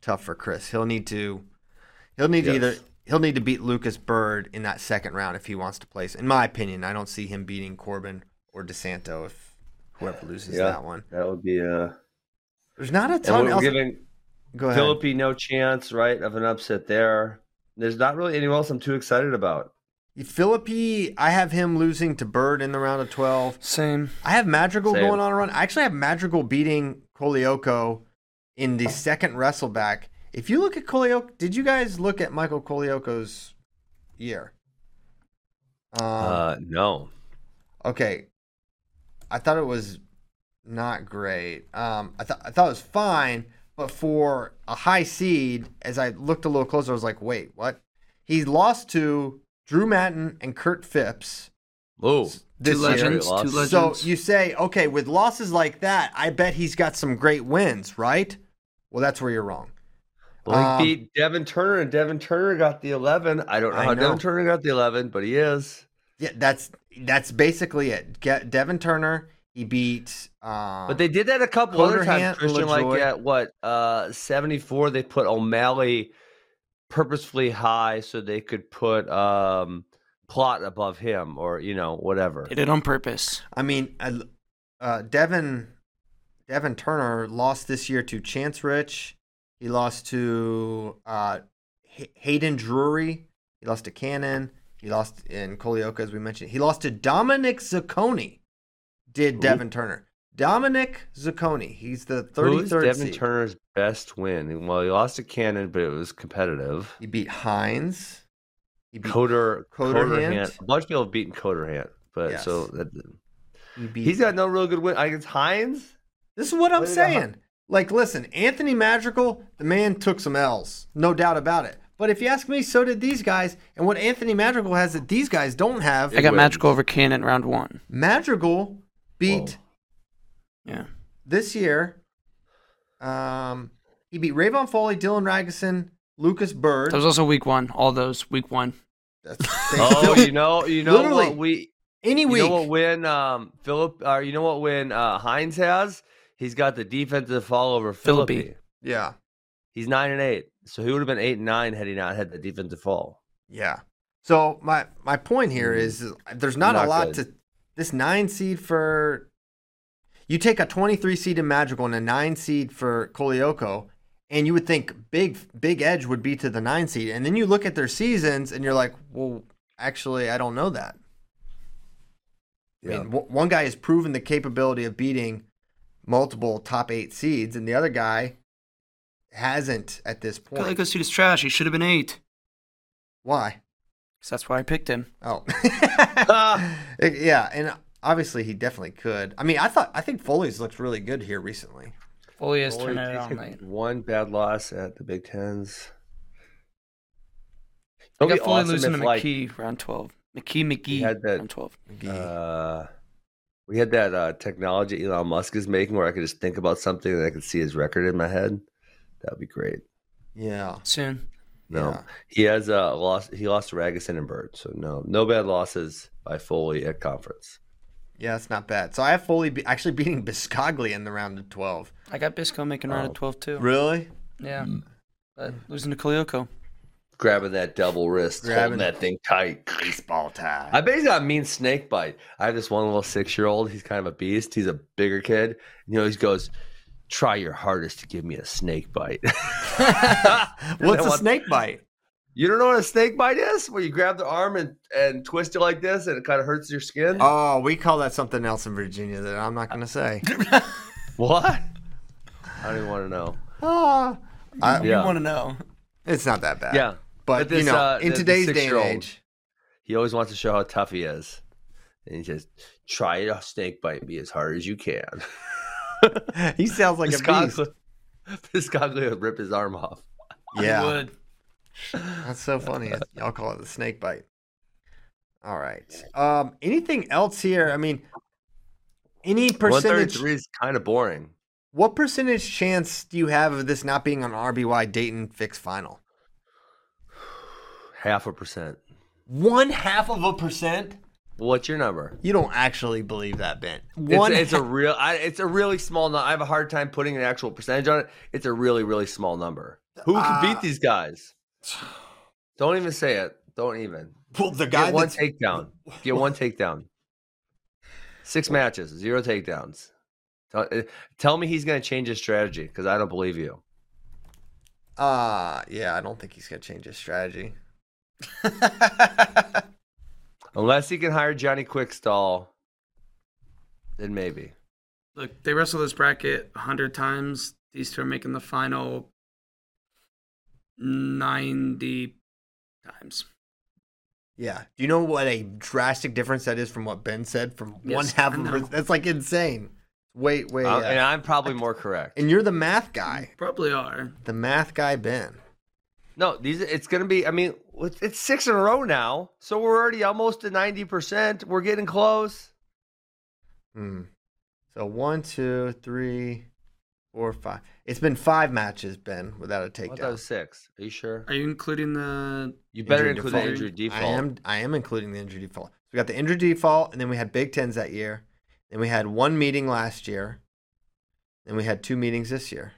S2: tough for Chris. He'll need to. He'll need to
S1: Yes.
S2: either he'll need to beat Lucas Bird in that second round if he wants to place. In my opinion, I don't see him beating Corbin or DeSanto if whoever loses that one.
S1: That would be. Uh,
S2: There's not a
S1: and
S2: ton
S1: we're
S2: else.
S1: giving
S2: Go ahead.
S1: Philippi no chance, right, of an upset there. There's not really anyone else I'm too excited about.
S2: Philippi, I have him losing to Bird in the round of 12.
S3: Same.
S2: I have Madrigal
S1: Same.
S2: going on a run. I actually have Madrigal beating Kolioko in the second wrestleback. If you look at Kolioko, did you guys look at Michael Kolioko's year? Um,
S1: uh, no.
S2: okay. I thought it was not great. Um, I, th- I thought it was fine, but for a high seed, as I looked a little closer, I was like, wait, what? He lost to Drew Matten and Kurt Phipps.
S1: Oh,
S2: This
S3: two
S2: year-
S3: legends. Two
S1: Lost.
S3: legends.
S2: So you say, okay, with losses like that, I bet he's got some great wins, right? Well, that's where you're wrong.
S1: Well, he
S2: Um,
S1: beat Devin Turner, and Devin Turner got the 11. I don't know
S2: I
S1: how
S2: know.
S1: Devin Turner got the 11, but he is.
S2: Yeah, that's that's basically it. Get Devin Turner, he beat. Um,
S1: But they did that a couple other
S2: Cloderhand,
S1: times, Christian.
S2: LaJoy.
S1: Like at what uh, 74, they put O'Malley purposefully high so they could put um, Plot above him, or you know whatever.
S3: Did it on purpose.
S2: I mean, uh, uh, Devin Devin Turner lost this year to Chance Rich. He lost to uh, Hay- Hayden Drury. He lost to Cannon. He lost in Kolioka, as we mentioned. He lost to Dominic Zacconi. Did
S1: Who?
S2: Devin Turner? Dominic Zacconi. He's the
S1: Who's
S2: 33rd
S1: Devin
S2: seed.
S1: Turner's best win? Well, he lost to Cannon, but it was competitive.
S2: He beat Hines. He beat.
S1: Coder,
S2: Cotterhand?
S1: Cotterhand. A bunch of people have beaten Coderhand, but
S2: Yes.
S1: so that,
S2: he beat
S1: he's got no real good win. I guess Hines.
S2: This is what I'm
S1: Way to go.
S2: saying. Like, listen, Anthony Madrigal, the man took some L's, no doubt about it. But if you ask me, so did these guys. And what Anthony Madrigal has that these guys don't have,
S3: I got
S1: wins.
S3: Magical over Cannon round one.
S2: Madrigal beat
S1: Whoa.
S3: Yeah.
S2: this year. Um, He beat Rayvon Foley, Dylan Ragusan, Lucas Bird.
S3: That was also week one. All those week one.
S2: That's- they
S1: Oh,
S2: still-
S1: you know, you know
S2: Literally,
S1: what we
S2: any
S1: You
S2: week.
S1: know what win um, Philip, or you know what win uh, Hines has? He's got the defensive fall over
S3: Philippi.
S1: Philippi.
S2: yeah,
S1: He's nine and eight, so he would have been eight and nine had he not had the defensive fall.
S2: yeah. So my my point here is uh, there's not,
S1: Mm-hmm. Not
S2: a lot
S1: good.
S2: to this nine seed for. You take a 23 seed in Magical and a nine seed for Kolioko, and you would think big big edge would be to the nine seed, and then you look at their seasons and you're like, well, actually, I don't know that. I mean, w- one guy has proven the capability of beating multiple top eight seeds, and the other guy hasn't at this point.
S3: Like this dude is trash. He should have been eight.
S2: Why?
S3: 'Cause that's why I picked him.
S2: Oh, yeah, and obviously he definitely could. I mean, I thought I think Foley's looked really good here recently.
S3: Foley has
S1: Only
S3: turned it
S1: taken
S3: on late.
S1: One bad loss at the Big Tens.
S3: I
S1: It'd be
S3: got Foley
S1: awesome
S3: losing
S1: if,
S3: to
S1: like,
S3: McKee round twelve. McKee McGee
S1: had that-
S3: round twelve.
S1: Uh, we had that uh, technology Elon Musk is making where I could just think about something and I could see his record in my head. That'd be great.
S2: yeah,
S3: Soon.
S1: No,
S2: Yeah.
S1: he has uh, lost. He lost to Ragusan and Bird, so no, no bad losses by Foley at conference.
S2: yeah, that's not bad. So I have Foley be- actually beating Biscogli in the round of twelve.
S3: I got Bisco making round
S1: Oh.
S3: of twelve too.
S2: Really?
S3: Yeah. But losing to Kolioko.
S1: Grabbing that double wrist,
S2: Grabbing-
S1: holding that thing tight.
S2: Baseball tie.
S1: I bet he's got a mean snake bite. I have this one little six year old. He's kind of a beast. He's a bigger kid. You know, he goes, "Try your hardest to give me a snake bite." I
S2: What's a
S1: want-
S2: snake bite?
S1: you don't know what a snake bite is? Where you grab the arm and and twist it like this, and it kind of hurts your skin.
S2: Oh, we call that something else in Virginia that I'm not going to say.
S1: what? I don't even want to know.
S2: Ah. I-
S1: Yeah.
S3: You want to know?
S2: It's not that bad.
S1: Yeah.
S2: But,
S1: But this,
S2: you know,
S1: uh,
S2: in
S1: the- the
S2: today's day and
S1: six-year-old.
S2: age,
S1: He always wants to show how tough he is. And he says, try to snake bite me as hard as you can.
S2: he sounds like a beast.
S1: Piscaglia Piscaglia would rip his arm off.
S3: I
S2: Yeah,
S3: would.
S2: that's so funny. Y'all call it the snake bite. All right. Um, anything else here? I mean, any percentage?
S1: 133 is kind of boring.
S2: What percentage chance do you have of this not being an RBY Dayton fix final?
S1: Half a percent.
S2: One half of a percent.
S1: What's your number?
S2: You don't actually believe that, Ben.
S1: It's,
S2: One.
S1: it's a real. I, it's a really small. nu- I have a hard time putting an actual percentage on it. It's a really, really small number. Who can beat
S2: Uh,
S1: these guys? Don't even say it. Don't even.
S2: well, the guy
S1: Get one
S2: that's
S1: takedown. Get one takedown. Six matches, zero takedowns. Tell, eh, tell me he's going to change his strategy because I don't believe you.
S2: uh yeah, I don't think he's gonna change his strategy.
S1: Unless he can hire Johnny Quickstall, then maybe.
S3: Look, they wrestle this bracket a hundred times. These two are making the final ninety times.
S2: Yeah. Do you know what a drastic difference that is from what Ben said? From one
S3: Yes,
S2: half
S3: I
S2: of
S3: know.
S2: a- that's like insane. Wait, wait.
S1: Uh, and
S2: and,
S1: I'm probably more correct.
S2: and you're the math guy.
S3: Probably are.
S2: The math guy, Ben.
S1: No, these it's going to be. I mean, it's it's six in a row now, so we're already almost to ninety percent. We're getting close.
S2: Hmm. So one, two, three, four, five. It's been five matches, Ben, without a
S1: I thought that was
S2: takedown.
S1: six. Are you sure?
S3: Are you including the?
S1: You better
S2: Injury
S1: include
S2: default.
S1: the injury default.
S2: I am I am including the injury default. We got the injury default, and then we had Big Tens that year. Then we had one meeting last year. Then we had two meetings this year.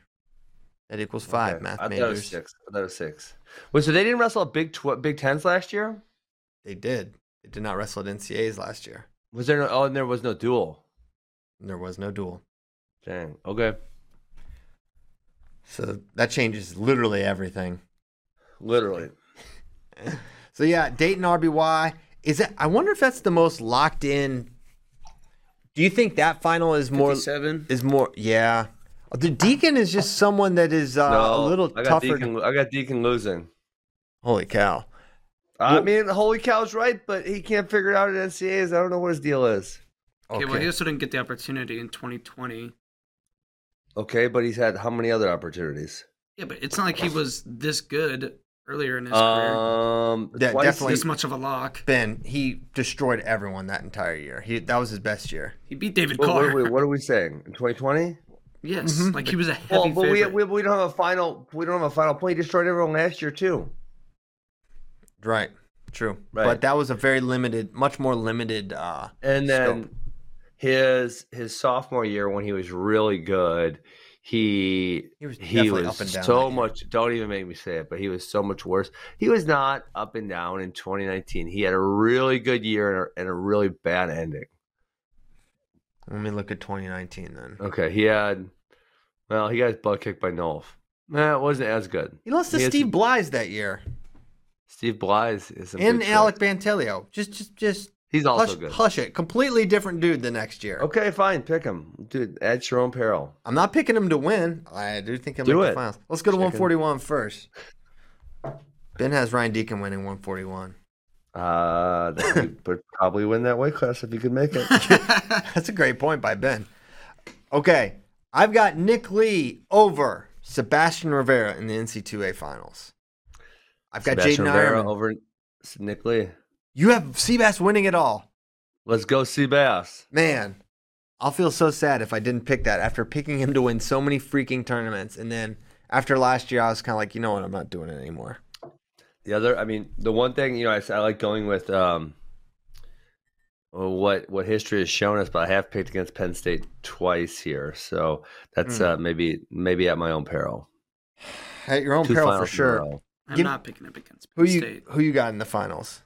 S2: That equals five,
S1: Okay.
S2: math
S1: I thought it was
S2: majors.
S1: six. I thought it was six. Wait, so they didn't wrestle at Big Tw- Big Tens last year?
S2: They did. They did not wrestle at NCAs last year.
S1: Was there no? Oh, and there was no duel.
S2: And there was no duel.
S1: Dang. Okay.
S2: So that changes literally everything.
S1: Literally.
S2: So yeah, Dayton RBY. Is that I wonder if that's the most locked in. Do you think that final is more
S3: seven.
S2: is more yeah. The Deacon is just someone that is uh, a little
S1: I got
S2: tougher.
S1: Deacon, I got Deacon losing.
S2: Holy cow.
S1: I mean, holy cow's right, but he can't figure it out at NCAs. I don't know what his deal is.
S3: Okay, well, he also didn't get the opportunity in 2020.
S1: Okay, but he's had how many other opportunities?
S3: Yeah, but it's not like he was this good earlier in his career.
S1: Um,
S2: Yeah,
S1: twice
S2: definitely.
S3: This much of a lock.
S2: Ben, he destroyed everyone that entire year. He that was his best year.
S3: He beat David
S1: Wait,
S3: Carr.
S1: wait, wait, what are we saying? In 2020?
S3: Yes,
S2: Mhm.
S3: like he was a heavy
S1: Well, but we,
S3: favorite.
S1: we, we don't have a final. We don't have a final point. He destroyed everyone last year too.
S2: Right. True.
S1: Right.
S2: But that was a very limited, much more limited. Uh,
S1: And then
S2: Scope.
S1: his his sophomore year when he was really good, he
S2: He was
S1: he
S2: definitely
S1: was
S2: up and down that
S1: so
S2: year.
S1: much. Don't even make me say it, but he was so much worse. He was not up and down in 2019. He had a really good year and a, and a really bad ending.
S2: let me look at 2019 then.
S1: Okay, he had well, he got his butt kicked by Nolf. Nah, it wasn't as good.
S2: He lost to
S1: had
S2: Steve
S1: some-
S2: Blythe that year,
S1: Steve Blythe is some
S2: and
S1: good
S2: Alec
S1: shit.
S2: Bantelio. Just, just, just
S1: He's also
S2: hush,
S1: good. Oh.
S2: hush it. Completely different dude the next year.
S1: Okay, fine, pick him, dude. At your own peril.
S2: I'm not picking him to win. I do think he'll
S1: Do
S2: make
S1: it.
S2: the finals. Let's go to
S1: Chicken.
S2: 141 first. Ben has Ryan Deacon winning 141.
S1: Uh, that he would probably win that weight class if he could make it.
S2: That's a great point by Ben. Okay, I've got Nick Lee over Sebastian Rivera in the NC2A finals. I've got
S1: Sebastian
S2: Jaden
S1: Rivera
S2: Ironman.
S1: over Nick Lee.
S2: You have Seabass winning it all.
S1: Let's go see Bass.
S2: Man, I'll feel so sad if I didn't pick that after picking him to win so many freaking tournaments. And then after last year, I was kind of like, you know what? I'm not doing it anymore.
S1: The other, I mean, the one thing you know, I, I like going with um, uh, what what history has shown us, but I have picked against Penn State twice here, so that's
S2: Hmm.
S1: uh, maybe maybe at my own peril.
S2: At your own
S1: Two
S2: peril for
S1: finals in a
S2: sure.
S1: row.
S3: I'm
S2: give-
S3: not picking up against
S2: Who
S3: Penn
S2: you
S3: State.
S2: who you got in the finals?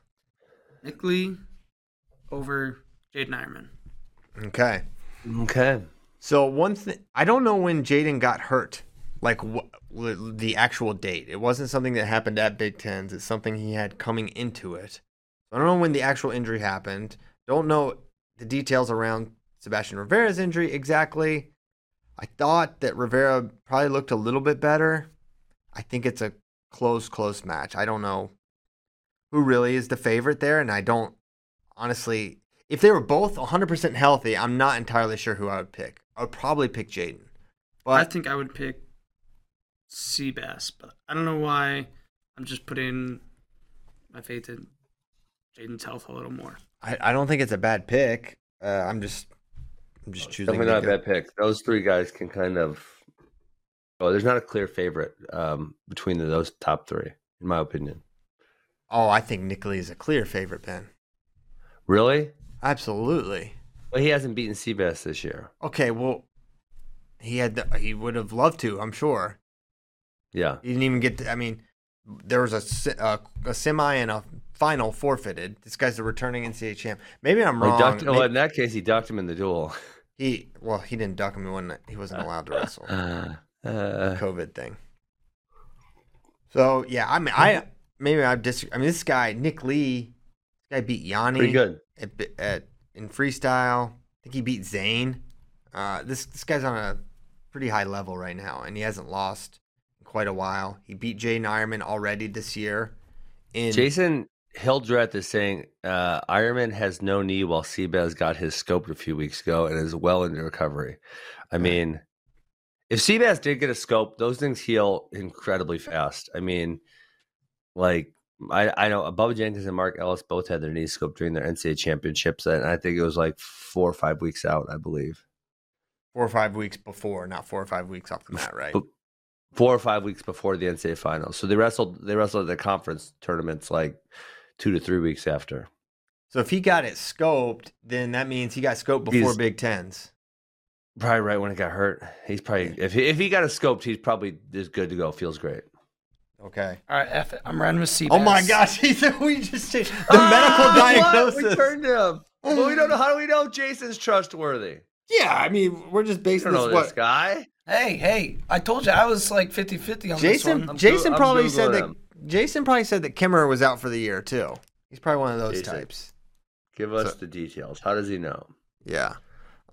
S3: Nick Lee over Jaden Ironman.
S2: Okay.
S1: Okay,
S2: So one thing I don't know when Jaden got hurt, like wh- li- the actual date. It wasn't something that happened at Big Tens. It's something he had coming into it. I don't know when the actual injury happened. Don't know the details around Sebastian Rivera's injury exactly. I thought that Rivera probably looked a little bit better. I think it's a close, close match. I don't know who really is the favorite there, and I don't honestly, if they were both 100% healthy, I'm not entirely sure who I would pick. I would probably pick Jaden.
S3: I
S2: But
S3: think I would pick Seabass, but I don't know why. I'm just putting my faith in Jaden's health a little more.
S2: I, I don't think it's a bad pick. Uh, I'm just I'm just choosing.
S1: definitely
S2: to
S1: not a
S2: go-
S1: bad pick. Those three guys can kind of. Oh, there's not a clear favorite um, between those top three, in my opinion.
S2: Oh, I think Nick Lee is a clear favorite, Ben.
S1: Really?
S2: Absolutely.
S1: Well, he hasn't beaten Seabass this year.
S2: Okay, well, he had the, he would have loved to, I'm sure.
S1: Yeah.
S2: He didn't even get. To, I mean, there was a, se- a a semi and a final forfeited. This guy's the returning NCAA champ. Maybe I'm
S1: Well,
S2: wrong.
S1: he ducked- well,
S2: May-
S1: in that case, he ducked him in the duel.
S2: He well, he didn't duck him. He wasn't, he wasn't allowed to wrestle.
S1: Uh, uh,
S2: COVID thing. So yeah, I mean, I maybe I disagree. I mean, this guy Nick Lee, this guy beat Yanni
S1: pretty good.
S2: At, bi- at in freestyle. I think he beat Zane. Uh, this this guy's on a pretty high level right now, and he hasn't lost in quite a while. He beat Jaden Ironman already this year. In
S1: Jason Hildreth is saying uh, Ironman has no knee while Seabass got his scoped a few weeks ago and is well into recovery. I mean, if Seabass did get a scope, those things heal incredibly fast. I mean, like, I, I know Bubba Jenkins and Mark Ellis both had their knees scoped during their NCAA championships, and I think it was like four or five weeks out, I believe.
S2: four or five weeks before, not four or five weeks off the mat, right?
S1: But- four or five weeks before the NCAA finals. So they wrestled they wrestled at their conference tournaments like two to three weeks after.
S2: So if he got it scoped, then that means he got scoped before
S1: He's-
S2: Big Tens.
S1: Probably right when it got hurt. He's probably if he, if he got a scoped, he's probably is good to go. Feels great.
S2: Okay.
S3: All right, F it. I'm running with Seabass.
S2: Oh my gosh, he said we just changed the medical diagnosis.
S1: Ah, We turned him. Well, we don't know how do we know Jason's trustworthy.
S2: Yeah, I mean, we're just
S1: We
S2: basing
S1: don't know
S2: this
S1: this
S2: what
S1: guy.
S3: Hey, hey, I told you I was like 50 50 on this
S2: Jason
S3: one.
S1: I'm
S2: Jason
S1: Goo- I'm
S2: probably said
S1: Googling
S2: that
S1: him.
S2: Jason probably said that Kimmerer was out for the year too. He's probably one of those
S1: Jason.
S2: types.
S1: Give us
S2: So-
S1: the details. How does he know?
S2: Yeah.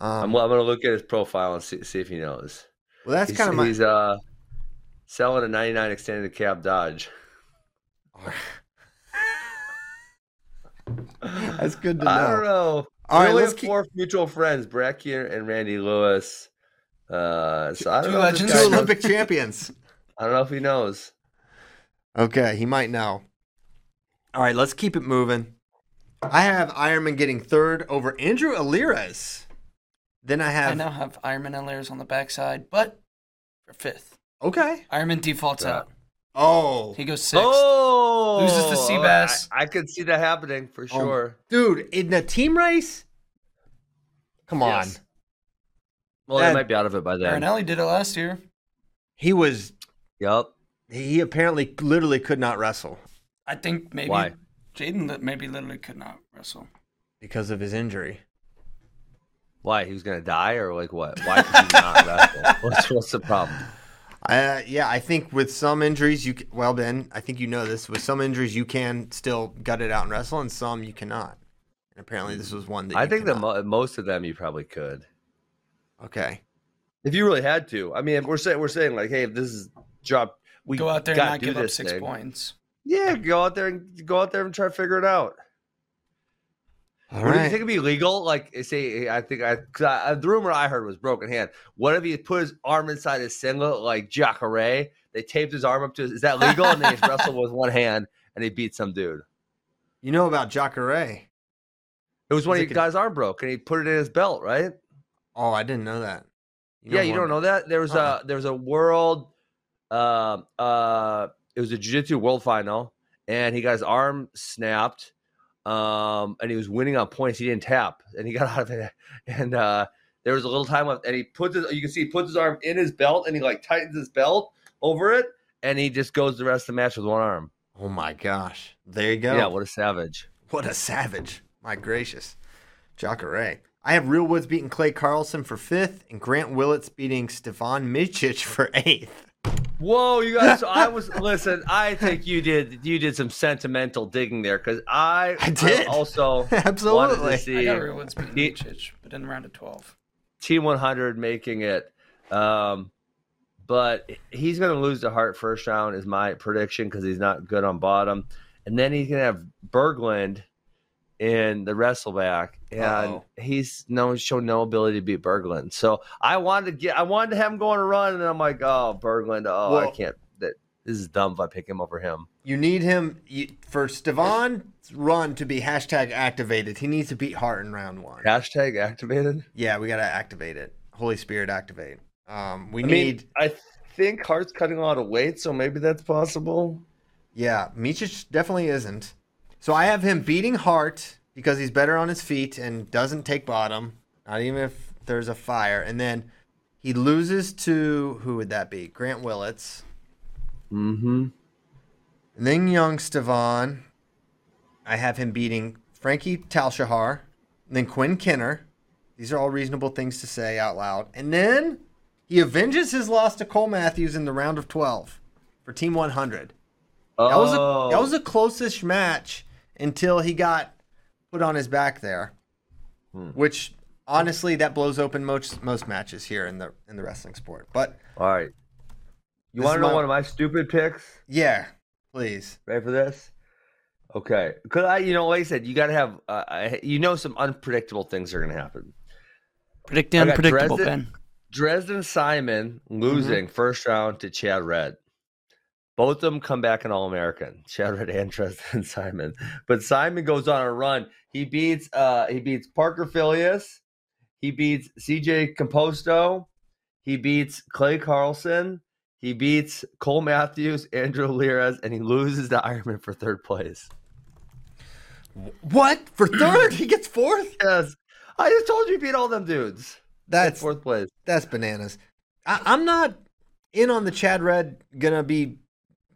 S1: I'm, I'm
S2: Um, well,
S1: gonna look at his profile and see, see if he knows.
S2: that's
S1: He's-
S2: kind of my
S1: he's uh selling a 99 extended cab Dodge.
S2: That's good to know.
S1: I don't know.
S2: All
S1: All
S2: right,
S1: right, we only
S2: let's
S1: have
S2: keep-
S1: four mutual friends, Brachier and Randy Lewis. Uh, so I don't
S3: Two
S1: know. if this
S3: legends.
S2: Two
S1: guy knows-
S2: Olympic champions.
S1: I don't know if he knows.
S2: Okay, he might know. All right, let's keep it moving. I have Ironman getting third over Andrew Alirez. Then I
S3: I
S2: have
S3: now have Ironman and layers on the backside, but for fifth,
S2: okay.
S3: Ironman defaults
S1: Yeah.
S3: out.
S2: Oh,
S3: He goes sixth.
S1: Oh,
S3: Loses to Seabass.
S1: I, I could see that happening
S2: Oh,
S1: for sure.
S2: dude, in a team race. Come on,
S3: Yes.
S1: well, they
S2: that-
S1: might be out of it by then.
S3: Marinelli did it last year.
S2: he was.
S1: Yep.
S2: He apparently literally could not wrestle
S3: I think maybe
S1: Why?
S3: Jaden li- maybe literally could not wrestle.
S2: because of his injury.
S1: Why he was gonna die or like what? Why could he not wrestle? What's, what's the problem?
S2: Uh, yeah, I think with some injuries, you c- well, Ben, I think you know this. With some injuries, you can still gut it out and wrestle, and some you cannot. And apparently, this was one that
S1: I
S2: you
S1: think that
S2: cannot.
S1: mo- most of them you probably could,
S2: okay,
S1: if you really had to. I mean, if we're saying we're saying like, hey, if this is drop, we
S3: Go out there and
S1: gotta
S3: not
S1: do
S3: give up
S1: this
S3: six
S1: thing.
S3: points.
S1: Yeah, go out there and go out there and try to figure it out.
S2: all
S1: Would
S2: right.
S1: it think it'd be legal? Like, say, I think I, 'cause I the rumor I heard was broken hand. What if he put his arm inside his singlet like Jacare? They taped his arm up to. His, is that legal? and then he wrestled with one hand and he beat some dude.
S2: you know about Jacare?
S1: It was when
S2: Is it
S1: he
S2: con-
S1: got his arm broke and he put it in his belt, right?
S2: Oh, I didn't know that.
S1: yeah, you don't know Uh-huh. that. There was
S2: Uh-uh.
S1: a there was a world, uh, uh, it was a jiu-jitsu world final, and he got his arm snapped, um, and he was winning on points. He didn't tap, and he got out of it. And uh, there was a little time left, and he puts his, you can see he puts his arm in his belt, and he like tightens his belt over it, and he just goes the rest of the match with one arm.
S2: Oh my gosh! There you go.
S1: Yeah, what a savage!
S2: What a savage. My gracious. Jacare. I have Real Woods beating Clay Carlson for fifth and Grant Willits beating Stefan Michich for eighth.
S1: Whoa, you guys! So I was listen. I think you did you did some sentimental digging there because I
S2: I did.
S1: also wanted
S2: Absolutely.
S1: to
S3: I
S1: see
S3: got Real Woods beating
S1: He-
S3: Lucic, but in the round of twelve.
S1: T one hundred making it, um, but he's going to lose the heart first round is my prediction because he's not good on bottom, and then he's going to have Berglund in the wrestleback, and
S2: Uh-oh.
S1: he's no shown no ability to beat Berglund. So I wanted to get I wanted to have him go on a run, and I'm like, oh Berglund, oh I
S2: Well-
S1: can't. That this is dumb if I pick him over him.
S2: You need him you, for Stefan's run to be hashtag activated. He needs to beat Hart in round one. Yeah,
S1: Hashtag activated.
S2: we got to activate it. Holy Spirit activate. Um, we
S1: I
S2: need.
S1: mean, I think Hart's cutting a lot of weight, so maybe that's possible.
S2: Yeah, Micic definitely isn't. So I have him beating Hart because he's better on his feet and doesn't take bottom, not even if there's a fire. And then he loses to who would that be? Grant Willits.
S1: Mm-hmm.
S2: And then Young Stevan. I have him beating Frankie Talshahar, and then Quinn Kinner. These are all reasonable things to say out loud. And then he avenges his loss to Cole Matthews in the round of 12 for Team 100. That was a that was the closest match until he got put on his back there, which honestly that blows open most most matches here in the in the wrestling sport. But
S1: All right. You
S2: This
S1: want
S2: is
S1: to know
S2: my-
S1: one of my stupid picks?
S2: yeah, please,
S1: Ready for this? Okay. Because I, you know, like I said, you got to have, uh, I- you know, some unpredictable things are going to happen.
S3: Predict
S1: I
S3: the
S1: got
S3: unpredictable,
S1: Dresden-
S3: Ben.
S1: Dresden Simon losing first round to Chad Red. Both of them come back an All American, Chad Red and Dresden Simon. But Simon goes on a run. He beats uh he beats Parker Phileas, he beats CJ Composto, he beats Clay Carlson, he beats Cole Matthews, Andrew Lira's, and he loses to Ironman for third place.
S2: what for third? he gets fourth.
S1: Yes. I just told you he beat all them dudes.
S2: That's
S1: fourth place.
S2: that's bananas. I, I'm not in on the Chad Red gonna be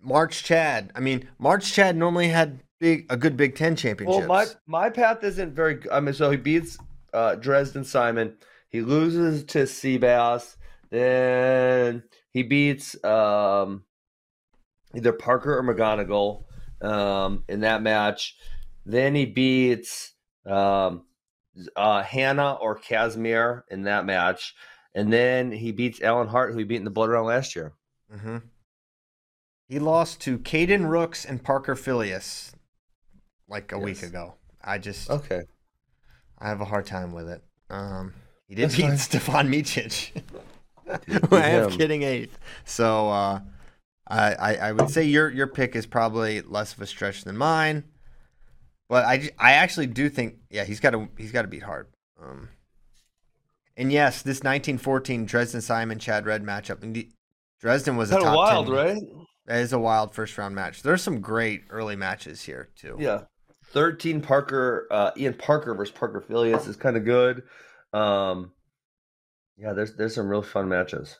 S2: March Chad. I mean March Chad normally had big a good Big Ten
S1: Well,
S2: championships.
S1: my my path isn't very. g- I mean, so he beats uh, Dresden Simon. He loses to Seabass. Then he beats um, either Parker or McGonagall um, in that match. Then he beats um, uh, Hannah or Casimir in that match. And then he beats Alan Hart, who he beat in the blood round last year.
S2: hmm He lost to Caden Rooks and Parker Phileas like a week
S1: Yes.
S2: ago. I just
S1: Okay.
S2: I have a hard time with it. Um, he did
S1: That's
S2: beat
S1: fine.
S2: Stefan Micic, who I have
S1: him.
S2: kidding eighth. So uh, I, I I would say your your pick is probably less of a stretch than mine. But I, j- I actually do think yeah he's got to he's got to beat hard. Um, And yes, this 1914 Dresden Simon Chad Red matchup. And the, Dresden was a
S1: Kind
S2: top
S1: of wild,
S2: 10.
S1: right?
S2: That is a wild first round match. There's some great early matches here too.
S1: Yeah. 13 Parker, uh, Ian Parker versus Parker Phileas is kind of good. Um, yeah, there's there's some real fun matches.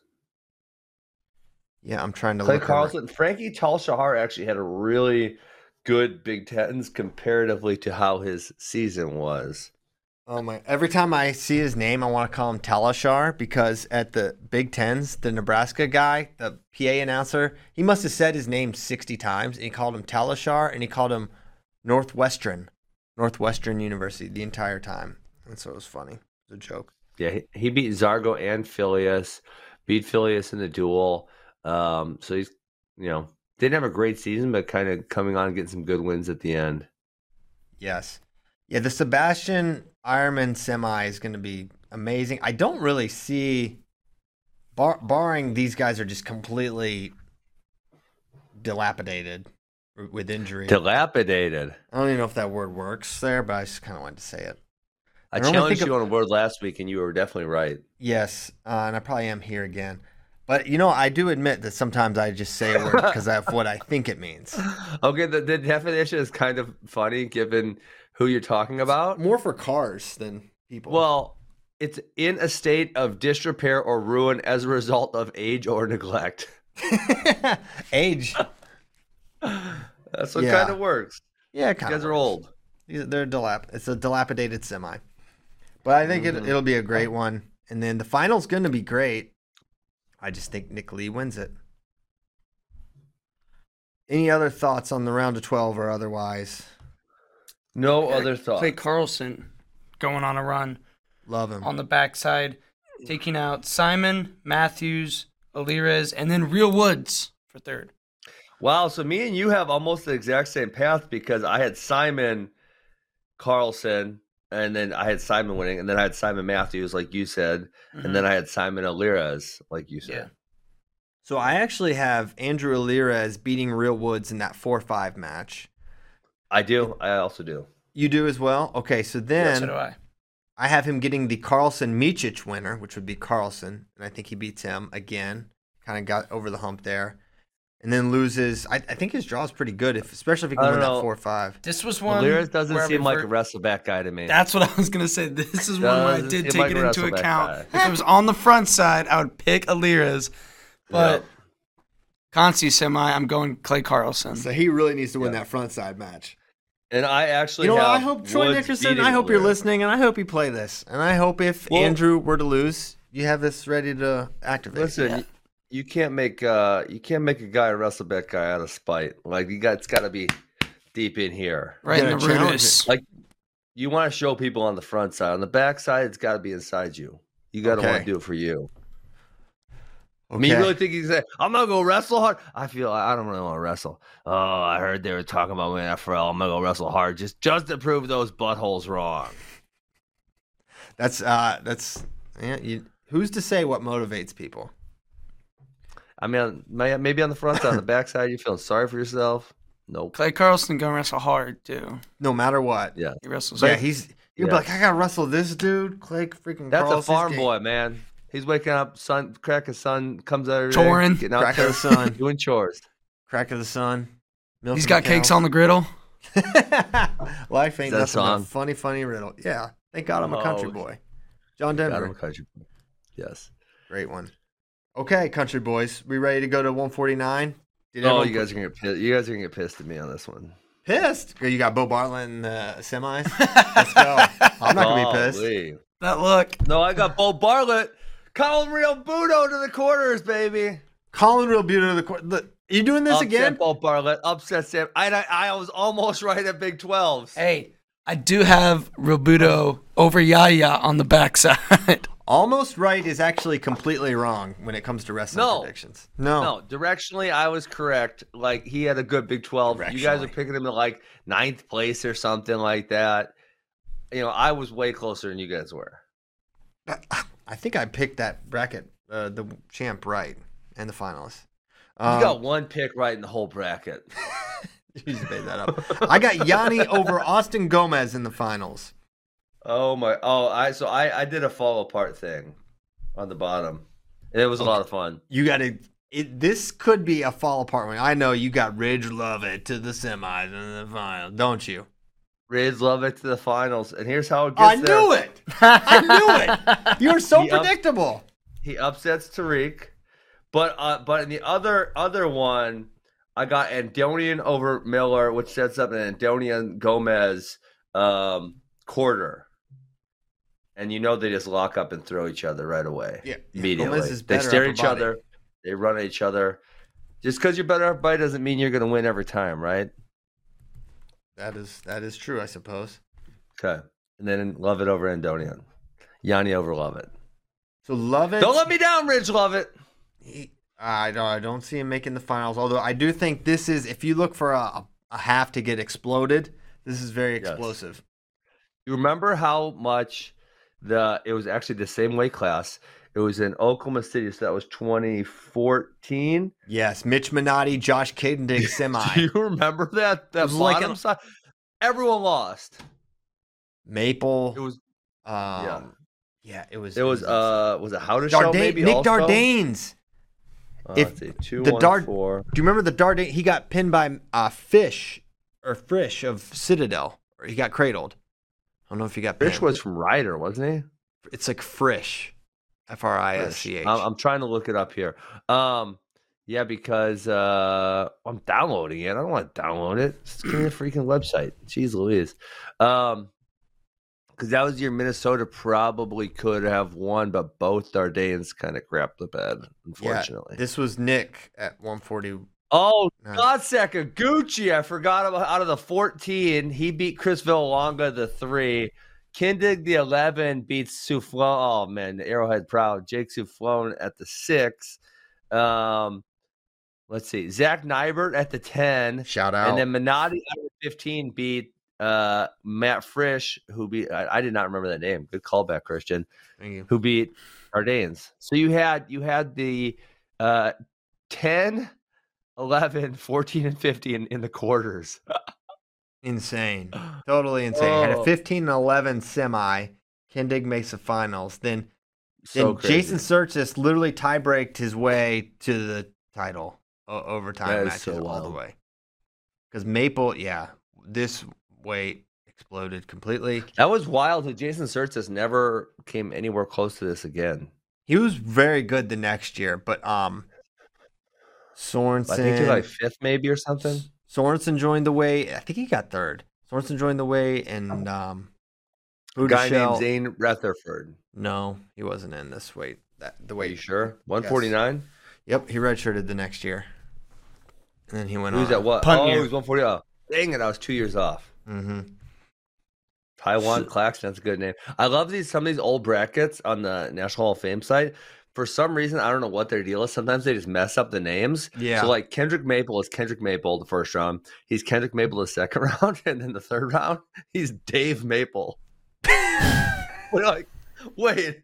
S2: Yeah, I'm trying to
S1: Clay
S2: look. over-
S1: Carlson, Frankie Tal Shahar actually had a really good Big Tens comparatively to how his season was.
S2: Oh my! Every time I see his name, I want to call him Talashar because at the Big Tens, the Nebraska guy, the PA announcer, he must have said his name 60 times, and he called him Talashar, and he called him Northwestern, Northwestern University, the entire time. And so it was funny. It was a joke.
S1: Yeah, he, he beat Zargo and Phileas, beat Phileas in the duel. Um, so he's, you know, didn't have a great season, but kind of coming on and getting some good wins at the end.
S2: Yes. Yeah, the Sebastian Ironman semi is going to be amazing. I don't really see, bar- barring these guys are just completely dilapidated w- with injury.
S1: Dilapidated.
S2: I don't even know if that word works there, but I just kind of wanted to say it.
S1: I
S2: I normally
S1: challenged
S2: think
S1: you on a word last week, and you were definitely right.
S2: Yes, uh, and I probably am here again. But you know, I do admit that sometimes I just say a word because of what I think it means.
S1: Okay, the, the definition is kind of funny given who you're talking about.
S2: More for cars than people.
S1: Well, it's in a state of disrepair or ruin as a result of age or neglect.
S2: age.
S1: That's what
S2: Yeah.
S1: kind of works.
S2: Yeah,
S1: You
S2: kind
S1: guys are old.
S2: These- They're dilap. It's a dilapidated semi, but I think
S3: Mm-hmm.
S2: it, it'll be a great one. And then the final's going to be great. I just think Nick Lee wins it. Any other thoughts on the round of twelve or otherwise?
S1: No other thought.
S3: Clay Carlson going on a run
S2: Love
S1: Um.
S2: him.
S3: on the backside, taking out Simon, Matthews, Alirez, and then Real Woods for third.
S1: Wow, so me and you have almost the exact same path because I had Simon Carlson, and then I had Simon winning, and then I had Simon Matthews, like you said, and then I had Simon Alirez, like you said.
S2: So I actually have Andrew Alirez beating Real Woods in that four-five match.
S1: I do. I also do.
S2: You do as well. Okay, so
S3: Yeah,
S2: then
S3: so do I.
S2: I have him getting the Carlson Michich winner, which would be Carlson, and I think he beats him again. Kind of got over the hump there, and then loses. I, I think his draw is pretty good, if especially if he
S1: I
S2: can
S1: don't
S2: win
S1: know.
S2: that four or five.
S3: This was one.
S1: Alirez doesn't
S3: where I
S1: seem like a
S3: refer-
S1: wrestle back guy to me.
S3: That's what I was gonna say. This is one where I
S1: Doesn't
S3: did
S1: seem
S3: take
S1: like
S3: it
S1: a
S3: into
S1: wrestle back
S3: account. If it was on the front side, I would pick Alirez, but Consti semi, I'm going Clay Carlson.
S2: he really needs to win that front side match.
S1: and I actually
S2: You know what? I
S1: have
S2: hope Troy
S1: Woods
S2: Nickerson.
S1: beating
S2: I hope you're
S1: Alirez.
S2: listening, and I hope you play this. And I hope if
S1: Well-
S2: Andrew were to lose, you have this ready to activate.
S1: Listen, you, you can't make uh you can't make a guy a wrestle back guy out of spite. Like you got it's got to be deep in here.
S3: Right in
S2: Yeah,
S3: the
S2: challenge
S3: rudis.
S1: Like you want to show people on the front side. On the back side, it's got to be inside you. You got to want
S2: Okay.
S1: to do it for you. I
S2: Okay.
S1: mean, you really think he's like, I'm gonna go wrestle hard? I feel I don't really want to wrestle. Oh, I heard they were talking about winning FRL. I'm gonna go wrestle hard just just to prove those buttholes wrong.
S2: that's uh, that's yeah, you, who's to say what motivates people?
S1: I mean, may- maybe on the front side, on the back side, you're feeling sorry for yourself. Nope.
S3: Clay Carlson gonna wrestle hard too.
S2: No matter what.
S1: Yeah.
S3: He wrestles.
S2: Yeah,
S3: hard.
S2: he's. You'd be
S1: Yeah.
S2: like, I gotta wrestle this dude, Clay freaking.
S1: That's a
S2: Carlson's
S1: farm
S2: game."
S1: boy, man. He's waking up, sun crack of sun comes out every day,
S3: Chorin.
S1: getting out
S2: Crack of
S1: there,
S2: the sun.
S1: doing chores.
S2: Crack of the sun. milking
S3: he's
S2: the
S3: got cakes
S2: cow.
S3: on the griddle.
S2: Life
S1: Is that a
S2: ain't nothing but a
S1: song?
S2: funny, funny riddle. Yeah, thank God I'm a country
S1: Oh.
S2: boy. John
S1: Got him a
S2: Denver,
S1: country. boy. Yes.
S2: great one. Okay, country boys, we ready to go to 149? Did
S1: oh,
S2: everyone
S1: you guys are gonna get pissed. You guys are gonna get pissed at me on this one.
S2: pissed? You got Bo Bartlett in the semis. Let's go. I'm not gonna be pissed.
S1: Golly.
S3: That look.
S1: No, I got Bo Bartlett. Colin Real Budo to the quarters, baby.
S2: Colin Real Beauty to the court. Look, You doing this
S1: Upset
S2: again?
S1: Bo Bartlett. Upset Sam. I, I I was almost right at Big 12s.
S3: Hey, I do have Robudo over Yaya on the backside.
S2: Almost right is actually completely wrong when it comes to wrestling
S1: No.
S2: predictions.
S1: No, directionally I was correct. Like he had a good Big Twelve. You guys are
S2: Directionally.
S1: picking him at like ninth place or something like that. You know, I was way closer than you guys were.
S2: I think I picked that bracket, uh, the champ right, and the finalists.
S1: You
S2: Um,
S1: got one pick right in the whole bracket.
S2: you just made that up. I got Yanni over Austin Gomez in the finals.
S1: Oh my! Oh, I so I I did a fall apart thing on the bottom. And it was a lot of fun.
S2: You got to. It, this could be a fall apart one. I know you got Ridge Love it to the semis and the final, don't you?
S1: Rids love it to the finals, and here's how it gets
S2: I
S1: there.
S2: knew it. I knew it. You're so
S1: He up-
S2: predictable.
S1: He upsets Tariq, but uh, but in the other other one, I got Andonian over Miller, which sets up an Andonian Gomez um, quarter, and you know they just lock up and throw each other right away.
S2: Yeah, yeah,
S1: immediately.
S2: Gomez is
S1: they
S2: better
S1: stare
S2: upper
S1: at each
S2: body.
S1: other, they run at each other. Just because you're better up by doesn't mean you're going to win every time, right?
S2: That is that is true, I suppose.
S1: Okay, and then love it over Andonian, Yanni over love it.
S2: So Love it.
S1: Don't let me down, Ridge. Love it.
S2: He- I don't, I don't see him making the finals. Although I do think this is, if you look for a, a, a half to get exploded, this is very
S1: Yes.
S2: explosive.
S1: You remember how much the it was actually the same weight class. It was in Oklahoma City, so that was 2014.
S2: Yes, Mitch Minotti, Josh Caden,
S1: Do
S2: semi,
S1: you remember that? That
S2: was like
S1: bottom
S2: an-
S1: side. Everyone lost.
S2: Maple.
S1: It was
S2: um, yeah. it was.
S1: it was uh was it how to show
S2: Dardane,
S1: maybe
S2: Nick
S1: also?
S2: Dardanes.
S1: Oh,
S2: If
S1: let's see, two,
S2: the
S1: one,
S2: Dard-
S1: four.
S2: Do you remember the Dardane? He got pinned by uh, Fish or Frisch of Citadel, or he got cradled. I don't know if he got
S1: Fish
S2: pinned.
S1: was from Ryder, wasn't he?
S2: It's like Frisch, F R I S C H.
S1: I'm, I'm trying to look it up here. Um, yeah, because uh, I'm downloading it. I don't want to download it. Just give me the freaking website. Jeez Louise. Um, because that was your Minnesota probably could have won, but both Dardanes kind of crapped the bed, unfortunately.
S2: Yeah, this was Nick at 140.
S1: oh,
S2: No.
S1: God, second Gucci. I forgot about out of the 14, he beat Chris Villalonga, the three. Kindig, the 11, beats Soufflon. Oh, man, the Arrowhead proud. Jake Soufflon at the six. Um, let's see. Zach Nybert at the 10.
S2: Shout out.
S1: And then Minotti at the 15 beat uh, Matt Frisch, who beat, I, I did not remember that name. Good callback, Christian
S2: Thank you.
S1: who beat Ardanes. So you had you had the uh 10, 11, 14 and 15 in the quarters.
S2: Insane. Totally insane. Had a
S1: Oh.
S2: 15 and 11 semi. Kendig makes the finals. Then,
S1: So
S2: then Jason Surtis literally tie breaked his way to the title o-
S1: That
S2: overtime
S1: is
S2: matches
S1: so
S2: all the
S1: wild.
S2: way. Because Maple, yeah, this weight exploded completely.
S1: that was wild that Jason Surtis never came anywhere close to this again.
S2: He was very good the next year, but um, Sorensen.
S1: I think he took like fifth maybe or something.
S2: Sorensen joined the way. I think he got third. Sorensen joined the way, and um,
S1: A guy
S2: Budichel-
S1: named Zane Rutherford.
S2: No, he wasn't in this weight. That the
S1: Are
S2: weight.
S1: you sure? 149?
S2: Yep, he redshirted the next year, and then he went
S1: Who's
S2: on.
S1: that? What?
S3: Punt
S1: oh,
S3: year.
S1: he was 140. Oh, dang it. I was two years off.
S2: Mm-hmm.
S1: Taiwan Claxton, that's a good name. I love these some of these old brackets on the National Hall of Fame site. For some reason, I don't know what their deal is. Sometimes they just mess up the names.
S2: Yeah.
S1: So like Kendrick Maple is Kendrick Maple the first round. He's Kendrick Maple the second round, and then the third round he's Dave Maple. We're like, wait,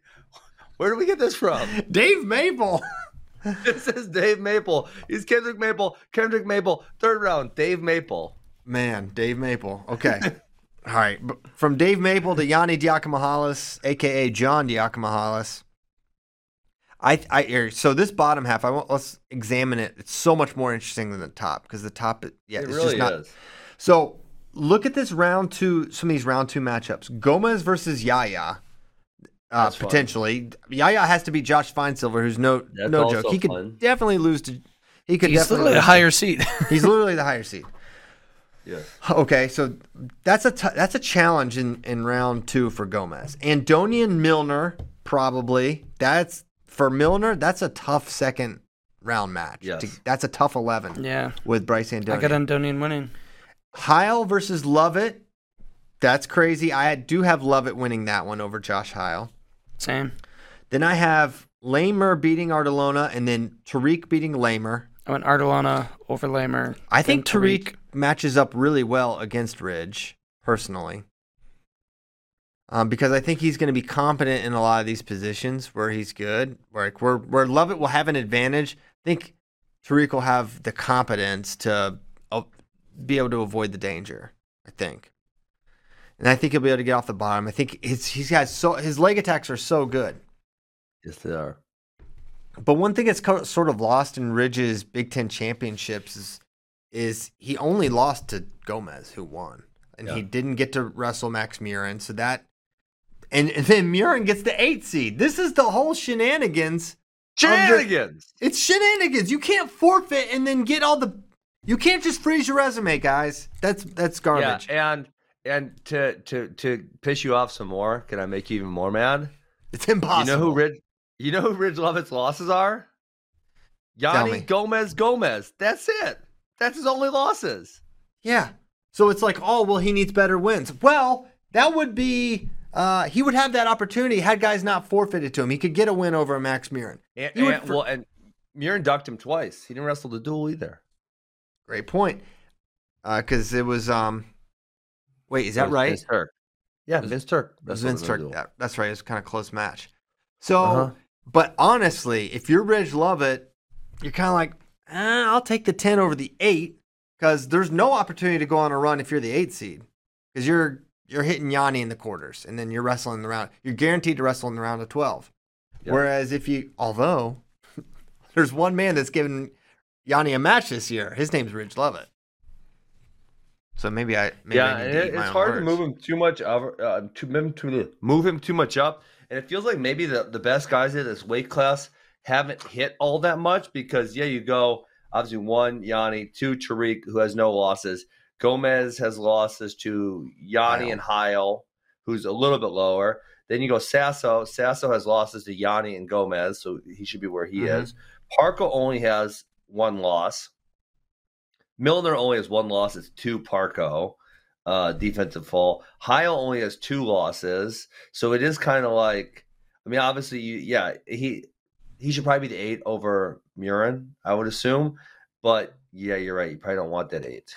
S1: where did we get this from?
S2: Dave Maple.
S1: This is Dave Maple. He's Kendrick Maple. Kendrick Maple. Third round, Dave Maple.
S2: Man, Dave Maple. Okay. All right. b- From Dave Maple to Yanni Diacomahalis, aka John Diacomahalis. I, I er, so this bottom half, I want let's examine it. It's so much more interesting than the top because the top, yeah,
S1: it
S2: it's
S1: really
S2: just not.
S1: is.
S2: So look at this round two. Some of these round two matchups: Gomez versus Yaya. Uh,
S1: That's fun.
S2: potentially, Yaya has to beat Josh Feinsilver, who's no
S1: That's
S2: no
S1: also
S2: joke. He could
S1: fun.
S2: definitely lose to. He could
S3: He's
S2: definitely
S3: literally a
S2: lose to-
S3: higher seat.
S2: He's literally the higher seed.
S1: Yes.
S2: Okay, so that's a t- that's a challenge in, in round two for Gomez. Andonian Milner probably that's for Milner. That's a tough second round match.
S1: Yes.
S2: To- that's a tough eleven
S3: yeah.
S2: with Bryce Andonian.
S3: I got Andonian winning.
S2: Heil versus Lovett. That's crazy. I do have Lovett winning that one over Josh Heil.
S3: Same.
S2: Then I have Lamer beating Artelona and then Tariq beating Lamer.
S3: I went Ardalana over Lamer.
S2: I think
S3: then
S2: Tariq, matches up really well against Ridge, personally. Um, because I think he's going to be competent in a lot of these positions where he's good. Like where where Lovett will have an advantage. I think Tariq will have the competence to uh, be able to avoid the danger. I think. and I think he'll be able to get off the bottom. I think his he's got so his leg attacks are so good.
S1: Yes, they are.
S2: But one thing that's co- sort of lost in Ridge's Big Ten championships is is he only lost to Gomez, who won, and he
S1: Yeah.
S2: didn't get to wrestle Max Murin. So that, and, and then Murin gets the eight seed. This is the whole shenanigans.
S1: Shenanigans.
S2: It's shenanigans. You can't forfeit and then get all the. You can't just freeze your resume, guys. That's that's
S1: Yeah,
S2: garbage.
S1: and and to to to piss you off some more, can I make you even more mad?
S2: It's impossible.
S1: You know who Ridge? You know who Ridge Lovett's losses are?
S2: me.
S1: Yanni Gomez Gomez. That's it. That's his only losses.
S2: Yeah. So it's like, oh well, he needs better wins. Well, that would be uh, he would have that opportunity had guys not forfeited to him. He could get a win over Max Mirren.
S1: And,
S2: You would
S1: and-
S2: for-
S1: well, and Muir ducked him twice. He didn't wrestle the duel either.
S2: Great point. Because it was um, wait, is that
S1: It was
S2: right?
S1: Vince Turk. Yeah,
S2: It was-
S1: Vince Turk.
S2: It was
S1: wrestled
S2: Vince
S1: the
S2: Turk.
S1: duel.
S2: Yeah, that's right. It was kind of close match. So,
S1: Uh-huh.
S2: but honestly, if you're Ridge Lovett, you're kind of like, eh, I'll take the ten over the eight because there's no opportunity to go on a run if you're the eight seed because you're you're hitting Yanni in the quarters and then you're wrestling the round. You're guaranteed to wrestle in the round of twelve.
S1: Yeah.
S2: Whereas if you, although there's one man that's given Yanni a match this year, his name's Ridge Lovett. So maybe I maybe
S1: yeah,
S2: I need
S1: and
S2: to
S1: it,
S2: eat my
S1: it's
S2: own
S1: hard to
S2: words.
S1: move him too much up, uh, to move him too, move him too much up, and it feels like maybe the, the best guys in this weight class haven't hit all that much because yeah, you go obviously one Yanni, two Tariq who has no losses, Gomez has losses to Yanni
S2: Heil.
S1: and Heil, who's a little bit lower. Then you go Sasso. Sasso has losses to Yanni and Gomez, so he should be where he
S2: Mhm.
S1: is. Parco only has one loss. Milner only has one loss. It's two Parco uh, defensive fall. Heil only has two losses, so it is kind of like. I mean, obviously, you, yeah, he he should probably be the eight over Murin, I would assume. But yeah, you're right. You probably don't want that eight.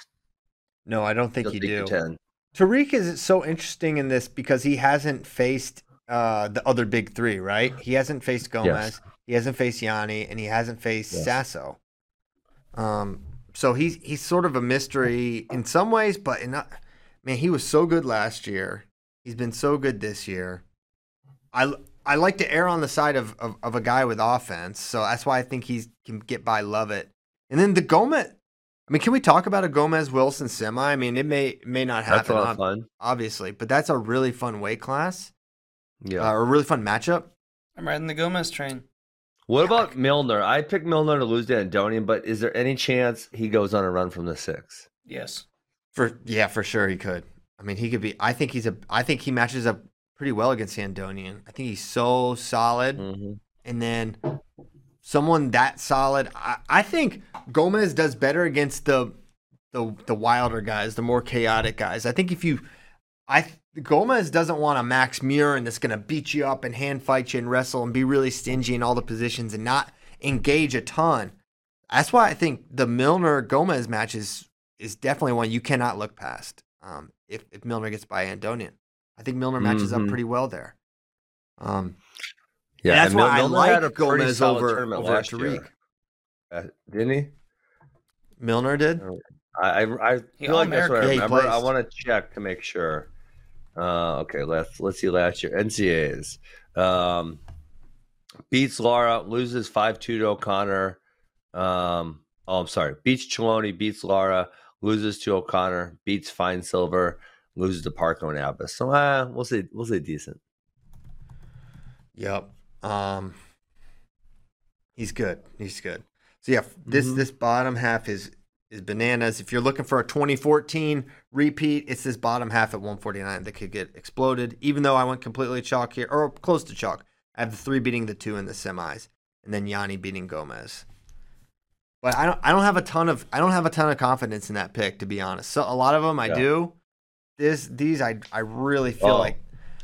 S2: No, I don't think
S1: You'll
S2: you
S1: take your
S2: do.
S1: ten.
S2: Tariq is so interesting in this because he hasn't faced uh, the other big three, right? He hasn't faced Gomez, he hasn't faced Yanni, and he hasn't faced
S1: Yes.
S2: Sasso. Um, so he's he's sort of a mystery in some ways, but in, not- man, he was so good last year. He's been so good this year. I I like to err on the side of, of, of a guy with offense, so that's why I think he can get by Lovett. And then the Gomez. I mean, can we talk about a Gomez Wilson semi? I mean, it may it may not happen.
S1: That's a lot
S2: ob-
S1: of fun.
S2: obviously, but that's a really fun weight class,
S1: Yeah.
S2: uh, a really fun matchup.
S3: I'm riding the Gomez train.
S1: what about Milner? I picked Milner to lose to Andonian, but is there any chance he goes on a run from the six?
S3: Yes.
S2: For yeah, for sure he could. I mean, he could be. I think he's a. I think he matches up pretty well against Sandonian. I think he's so solid,
S1: Mm-hmm.
S2: and then someone that solid. I, I think Gomez does better against the the the wilder guys, the more chaotic guys. I think if you, I Gomez doesn't want a Max Murin that's going to beat you up and hand fight you and wrestle and be really stingy in all the positions and not engage a ton. That's why I think the Milner Gomez match is is definitely one you cannot look past. Um, if if Milner gets by Andonian, I think Milner matches up
S1: Mhm.
S2: pretty well there. Um,
S1: Yeah,
S2: that's
S1: and
S2: why I
S1: Milner
S2: like
S1: had a pretty
S2: Gomez
S1: solid
S2: over,
S1: tournament
S2: over
S1: last
S2: Tariq.
S1: year. Uh, didn't he?
S2: Milner did.
S1: I I, I
S3: He
S1: feel like that's what I
S2: all-American. Yeah, he
S1: remember. I
S2: placed.
S1: want to check to make sure. Uh, okay, let's let's see last year NCAs um, beats Lara, loses five two to O'Connor. Um, oh, I'm sorry, beats Cheloni, beats Lara, loses to O'Connor, beats Fine Silver, loses to Parko and Abbas. So uh, we'll say we'll say decent.
S2: Yep. Um, he's good. He's good. So yeah, this this bottom half is is bananas. If you're looking for a 2014 repeat, it's this bottom half at 149 that could get exploded. Even though I went completely chalk here or close to chalk, I have the three beating the two in the semis, and then Yanni beating Gomez. But I don't I don't have a ton of I don't have a ton of confidence in that pick to be honest. So a lot of them I
S1: Yeah.
S2: do. This these I I really feel
S1: Oh.
S2: like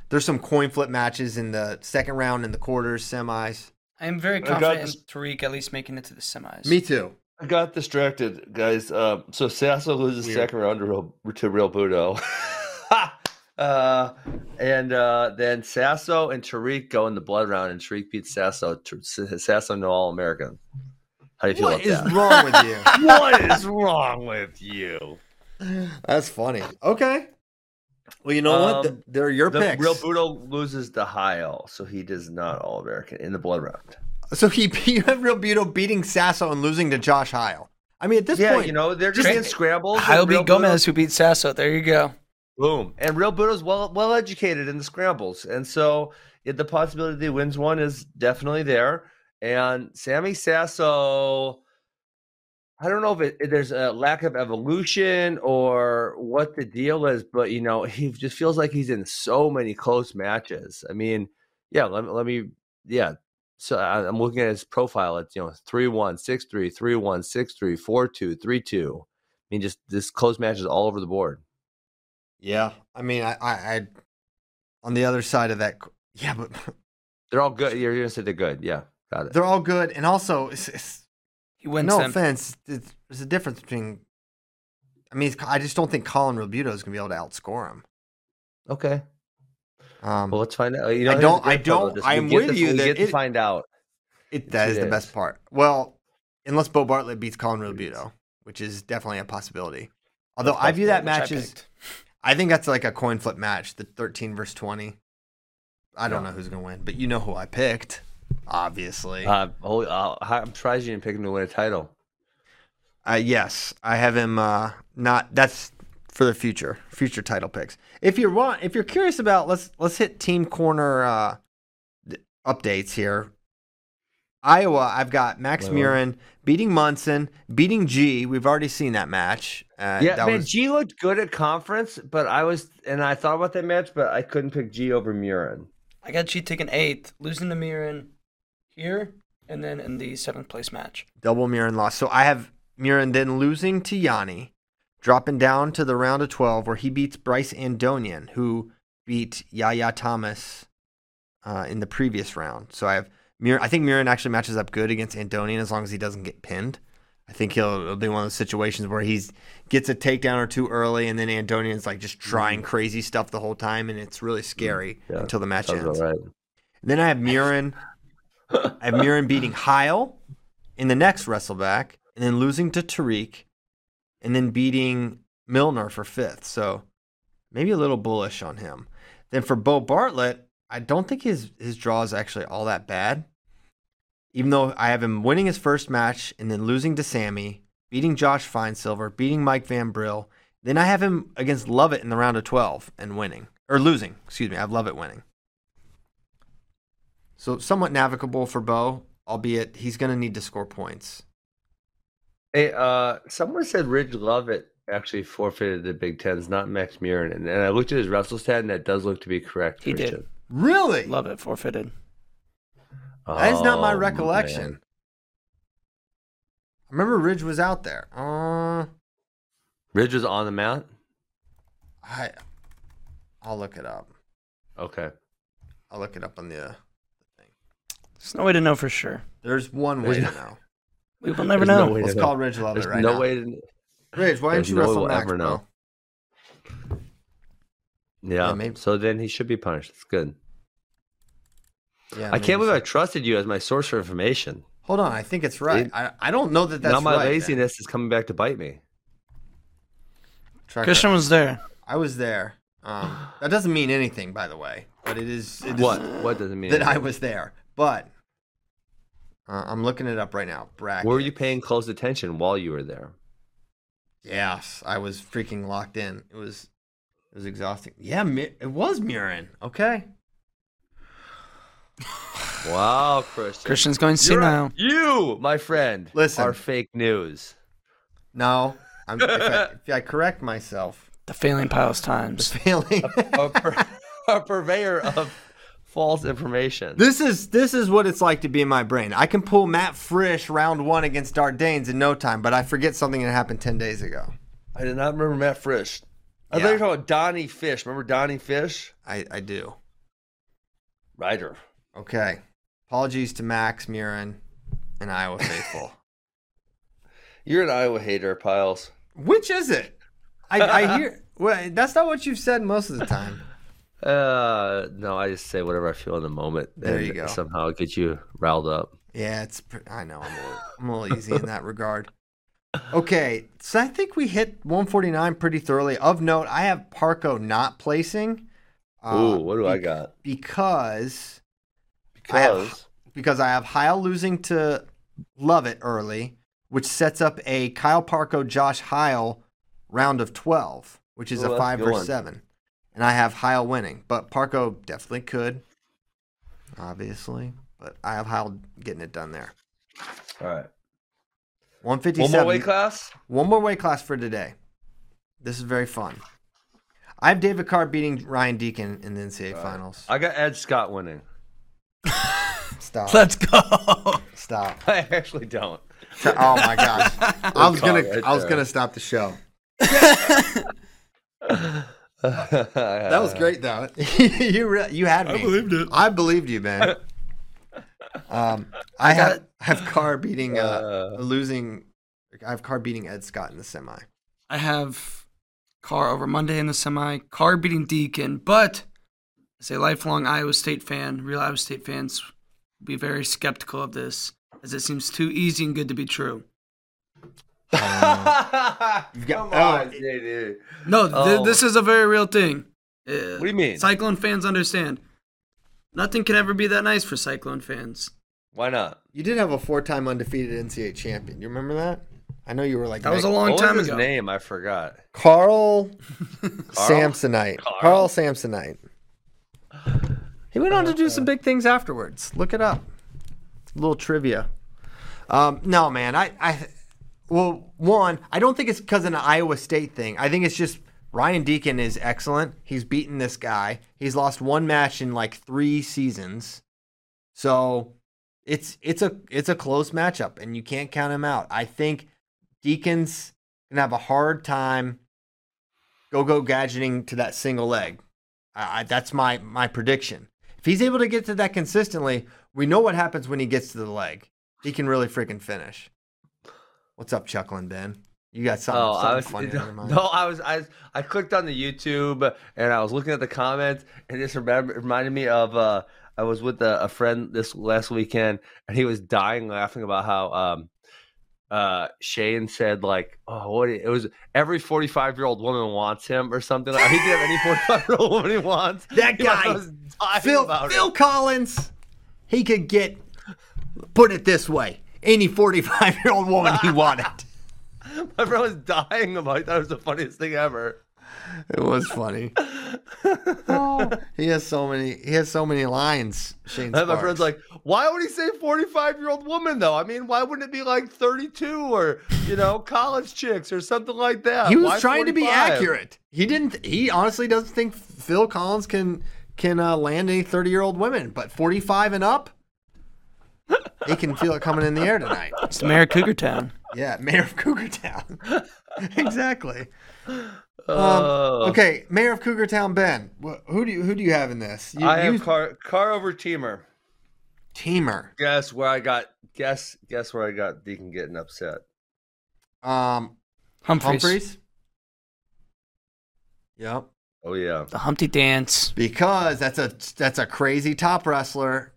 S2: there's some coin flip matches in the second round in the quarters, semis.
S3: I am very
S1: I got
S3: confident in
S1: this-
S3: Tariq at least making it to the semis.
S2: Me too.
S1: I got distracted, guys. Um, so Sasso loses
S2: Weird.
S1: second round to Real, to Real Budo. uh, and uh, then Sasso and Tariq go in the blood round, and Tariq beats Sasso. T- Sasso no All American. How do you feel about
S2: What is
S1: that?
S2: wrong with you?
S1: what is wrong with you?
S2: That's funny. Okay. Well, you know what? Th-
S1: Um,
S2: They're your
S1: The
S2: picks.
S1: Real Budo loses to Heil, so he does not All American in the blood round.
S2: so he, you have Real Budo beating Sasso and losing to Josh Heil. I mean, at this
S1: yeah,
S2: point,
S1: you know they're
S2: just-
S1: just getting scrambled. and
S3: I'll
S1: Real
S3: beat
S1: Budo-
S3: Gomez, who beat Sasso. There you go.
S1: Boom. And Real Budo's well well educated in the scrambles. And so it, the possibility that he wins one is definitely there. And Sammy Sasso, I don't know if it, if there's a lack of evolution or what the deal is, but you know, he just feels like he's in so many close matches. I mean, yeah, let, me- let me, yeah. So I- I'm looking at his profile. It's, you know, 3 1, 6 3, 3 1, 6 3, 4 2, 3 2. I mean, just this close matches all over the board.
S2: yeah. I mean, I, I, I, on the other side of that, yeah, but
S1: They're all good. You're gonna say they're good. Yeah, got it.
S2: they're all good, and also, it's, it's,
S3: He wins
S2: no
S3: them.
S2: offense, it's, there's a difference between. I mean, I just don't think Colin Real Budo is going to be able to outscore him.
S1: Okay.
S2: Um,
S1: Well, let's find out. You know,
S2: I
S1: here's the
S2: don't-
S1: great
S2: I
S1: part about
S2: don't-
S1: this.
S2: I'm
S1: get
S2: with
S1: to-
S2: you
S1: We
S2: that
S1: get
S2: it-
S1: to find out.
S2: It, that
S1: it
S2: is the best
S1: is.
S2: part. Well, unless Bo Bartlett beats Colin Robudo, which is definitely a possibility. Although I view that
S3: Which I
S2: match as,
S3: picked.
S2: I think that's like a coin flip match, the 13 versus 20. I don't know who's going to win, but you know who I picked, obviously. Uh,
S1: Uh, holy, uh, I'm surprised you didn't pick him to win a title.
S2: Uh, yes, I have him uh, not, that's for the future, future title picks. If you're want, if you're curious about, let's, let's hit team corner uh, th- updates here. Iowa, I've got Max
S1: Wait, wait.
S2: Murin beating Munson, beating G. We've already seen that match. Uh,
S1: yeah,
S2: that
S1: man.
S2: was-
S1: G looked good at conference, but I was and I thought about that match, but I couldn't pick G over Murin.
S3: I got G taken eighth, losing to Miran here, and then in the seventh place match.
S2: double Murin loss. So I have Murin then losing to Yanni, dropping down to the round of 12 where he beats Bryce Andonian, who beat Yaya Thomas uh, in the previous round. So I have Murin. I think Murin actually matches up good against Andonian as long as he doesn't get pinned. I think he'll it'll be one of those situations where he's gets a takedown or two early, and then Andonian's like just trying crazy stuff the whole time, and it's really scary
S1: Mm-hmm. Yeah,
S2: until the match
S1: Sounds
S2: ends.
S1: about right.
S2: Then I have Murin. I have Murin beating Heil in the next wrestleback, and then losing to Tariq, and then beating Milner for fifth. So maybe a little bullish on him. Then for Bo Bartlett, I don't think his his draw is actually all that bad. Even though I have him winning his first match and then losing to Sammy, beating Josh Feinsilver, beating Mike Van Brill, then I have him against Lovett in the round of twelve and winning or losing. Excuse me, I have Lovett winning. So somewhat navigable for Bo, albeit he's going to need to score points.
S1: Hey, uh, someone said Ridge Lovett actually forfeited the Big Tens, not Max Murin. And, and I looked at his wrestle stat, and that does look to be correct.
S3: He did.
S1: Richard.
S2: Really?
S3: Love it, forfeited.
S2: That is not my
S1: Oh,
S2: recollection.
S1: man.
S2: I remember Ridge was out there. Uh,
S1: Ridge was on the mount.
S2: I, I'll look it up.
S1: Okay.
S2: I'll look it up on the.
S3: There's no way to know for sure.
S2: There's one way to
S1: There's
S2: know.
S3: We will never
S1: There's no
S3: know.
S1: way to
S2: Let's
S1: know.
S2: call Ridge Lovett
S1: There's
S2: right
S1: no
S2: now.
S1: way to.
S2: Ridge, why didn't
S1: There's
S2: you
S1: no way
S2: wrestle
S1: we'll
S2: Max,
S1: ever
S2: bro?
S1: know. Yeah.
S2: maybe-
S1: So then he should be punished. It's good.
S2: Yeah,
S1: I can't
S2: maybe
S1: believe I
S2: so.
S1: trusted you as my source for information.
S2: Hold on, I think it's right.
S1: It-
S2: I, I don't know that that's
S1: now my
S2: right.
S1: laziness is coming back to bite me.
S2: Tracker.
S3: Christian was there.
S2: I was there. Um, that doesn't mean anything, by the way. But it is. It is
S1: What? What does it mean?
S2: that I was there. But uh, I'm looking it up right now. Bracket.
S1: Were you paying close attention while you were there?
S2: Yes, I was freaking locked in. It was, it was exhausting. Yeah, Mi- it was Murin. Okay.
S1: Wow, Christian.
S3: Christian's going
S1: You're
S3: senile.
S1: a- you, my friend,
S2: Listen.
S1: are fake news.
S2: No, I'm, if, I, if I correct myself,
S3: The failing piles
S2: it's
S3: times.
S2: failing.
S1: A, pur- a purveyor of false information.
S2: this is this is what it's like to be in my brain. I can pull Matt Frisch round one against Dardanes in no time, but I forget something that happened ten days ago.
S1: I did not remember Matt Frisch. I thought you were talking about Donnie Fish. Remember Donnie Fish?
S2: I, I do.
S1: Ryder.
S2: Okay. Apologies to Max Murin and Iowa faithful.
S1: You're an Iowa hater, Piles.
S2: Which is it? I, I hear. Well, that's not what you've said most of the time.
S1: Uh, no, I just say whatever I feel in the moment.
S2: There
S1: and
S2: you go.
S1: Somehow it gets you riled up.
S2: Yeah, it's. Pr- I know. I'm a, little, I'm a little easy in that regard. Okay, so I think we hit 149 pretty thoroughly. Of note, I have Parco not placing. uh,
S1: Ooh, what do I got?
S2: Because I have-
S1: Because
S2: because I have Heil losing to Love It early, which sets up a Kyle Parco Josh Heil round of 12, which is
S1: Ooh, that's
S2: a
S1: a
S2: 5
S1: good
S2: versus
S1: one.
S2: 7. And I have Heil winning, but Parco definitely could, obviously. But I have Heil getting it done there.
S1: all right. One
S2: 157.
S1: more weight class.
S2: One more weight class for today. This is very fun. I have David Carr beating Ryan Deacon in the NCAA finals.
S1: I got Ed Scott winning.
S2: Stop.
S4: Let's go.
S2: Stop.
S1: I actually don't.
S2: Oh my gosh. I was gonna
S1: Right
S2: I was
S1: there.
S2: gonna stop the show.
S1: that
S2: That was great though. you re- you had me.
S4: I believed it.
S2: I believed you, man. Um, I have I have Carr beating uh, losing. I have Carr beating Ed Scott in the semi.
S3: I have Carr over Monday in the semi. Carr beating Deacon, but as a lifelong Iowa State fan, real Iowa State fans will be very skeptical of this, as it seems too easy and good to be true.
S1: Come
S2: got-
S1: on,
S2: oh, it-
S1: JD.
S3: No, th-
S1: Oh.
S3: this is a very real thing. Uh,
S1: What do you mean?
S3: Cyclone fans understand. Nothing can ever be that nice for Cyclone fans.
S1: Why not?
S2: You did have a four-time undefeated NCAA champion. You remember that? I know you were like
S3: That was a
S2: Nick-
S3: long
S1: what
S3: time
S1: was his
S3: ago.
S1: name? I forgot.
S2: Carl, Samsonite. Carl,
S1: Carl?
S2: Samsonite. He went on to do some big things afterwards. Look it up. little trivia. Um, no, man. I, I, well, one, I don't think it's because of an Iowa State thing. I think it's just Ryan Deacon is excellent. He's beaten this guy. He's lost one match in like three seasons. So it's it's a it's a close matchup, and you can't count him out. I think Deacon's gonna have a hard time go go gadgeting to that single leg. I, I, that's my my prediction. If he's able to get to that consistently, we know what happens when he gets to the leg. He can really freaking finish. What's up, chuckling Ben? You got something,
S1: oh,
S2: something
S1: I was
S2: funny on your mind?
S1: no, I was I was- I clicked on the YouTube and I was looking at the comments and this remember, reminded me of uh I was with a, a friend this last weekend and he was dying laughing about how um uh Shane said like oh what it was every 45 year old woman wants him or something like he didn't have any 45 year old woman he wants
S2: That
S1: He was-
S2: guy,
S1: I was dying
S2: Phil,
S1: about
S2: Phil
S1: it.
S2: Collins, he could get, put it this way, any 45 year old woman he wanted.
S1: my friend was dying about it. I thought it was the funniest thing ever
S2: It was funny. Oh, he has so many. He has so many lines. Shane.
S1: And my
S2: Sparks.
S1: friend's like, why would he say 45 year old woman though? I mean, why wouldn't it be like 32 or, you know, college chicks or something like that?
S2: he was
S1: Why
S2: trying to be
S1: 45?
S2: accurate. He didn't. He honestly doesn't think Phil Collins can can uh, land any thirty year old women, but forty five and up, they can feel it coming in the air tonight.
S3: It's the mayor of Cougar Town.
S2: Yeah, mayor of Cougar Town. exactly. Um,
S1: Oh.
S2: okay, mayor of Cougar Town, Ben. Wh- who do you who do you have in this? You,
S1: I
S2: you-
S1: have car, car over teamer.
S2: Teamer.
S1: Guess where I got, guess, guess where I got Deacon getting upset.
S2: Um,
S3: Humphreys.
S2: Humphreys. Yep.
S1: Oh, yeah.
S3: The Humpty Dance.
S2: Because that's a that's a crazy top wrestler.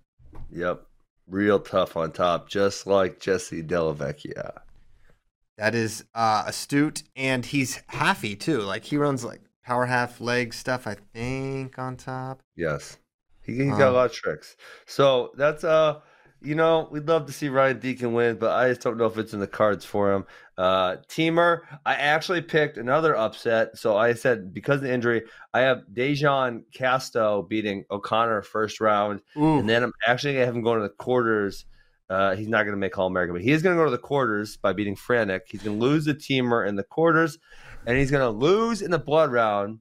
S1: Yep. Real tough on top, just like Jesse Delavecchia.
S2: That is uh, astute, and he's halfy too. Like he runs like power half leg stuff, I think, on top.
S1: Yes. He, he's got
S2: Wow.
S1: a lot of tricks. So that's, uh, you know, we'd love to see Ryan Deacon win, but I just don't know if it's in the cards for him. Uh, teamer, I actually picked another upset. So I said because of the injury, I have Dejan Casto beating O'Connor first round,
S2: Ooh,
S1: and then I'm actually gonna have him going to the quarters. Uh, he's not gonna make All America, but he is gonna go to the quarters by beating Franek. He's gonna lose the teamer in the quarters, and he's gonna lose in the blood round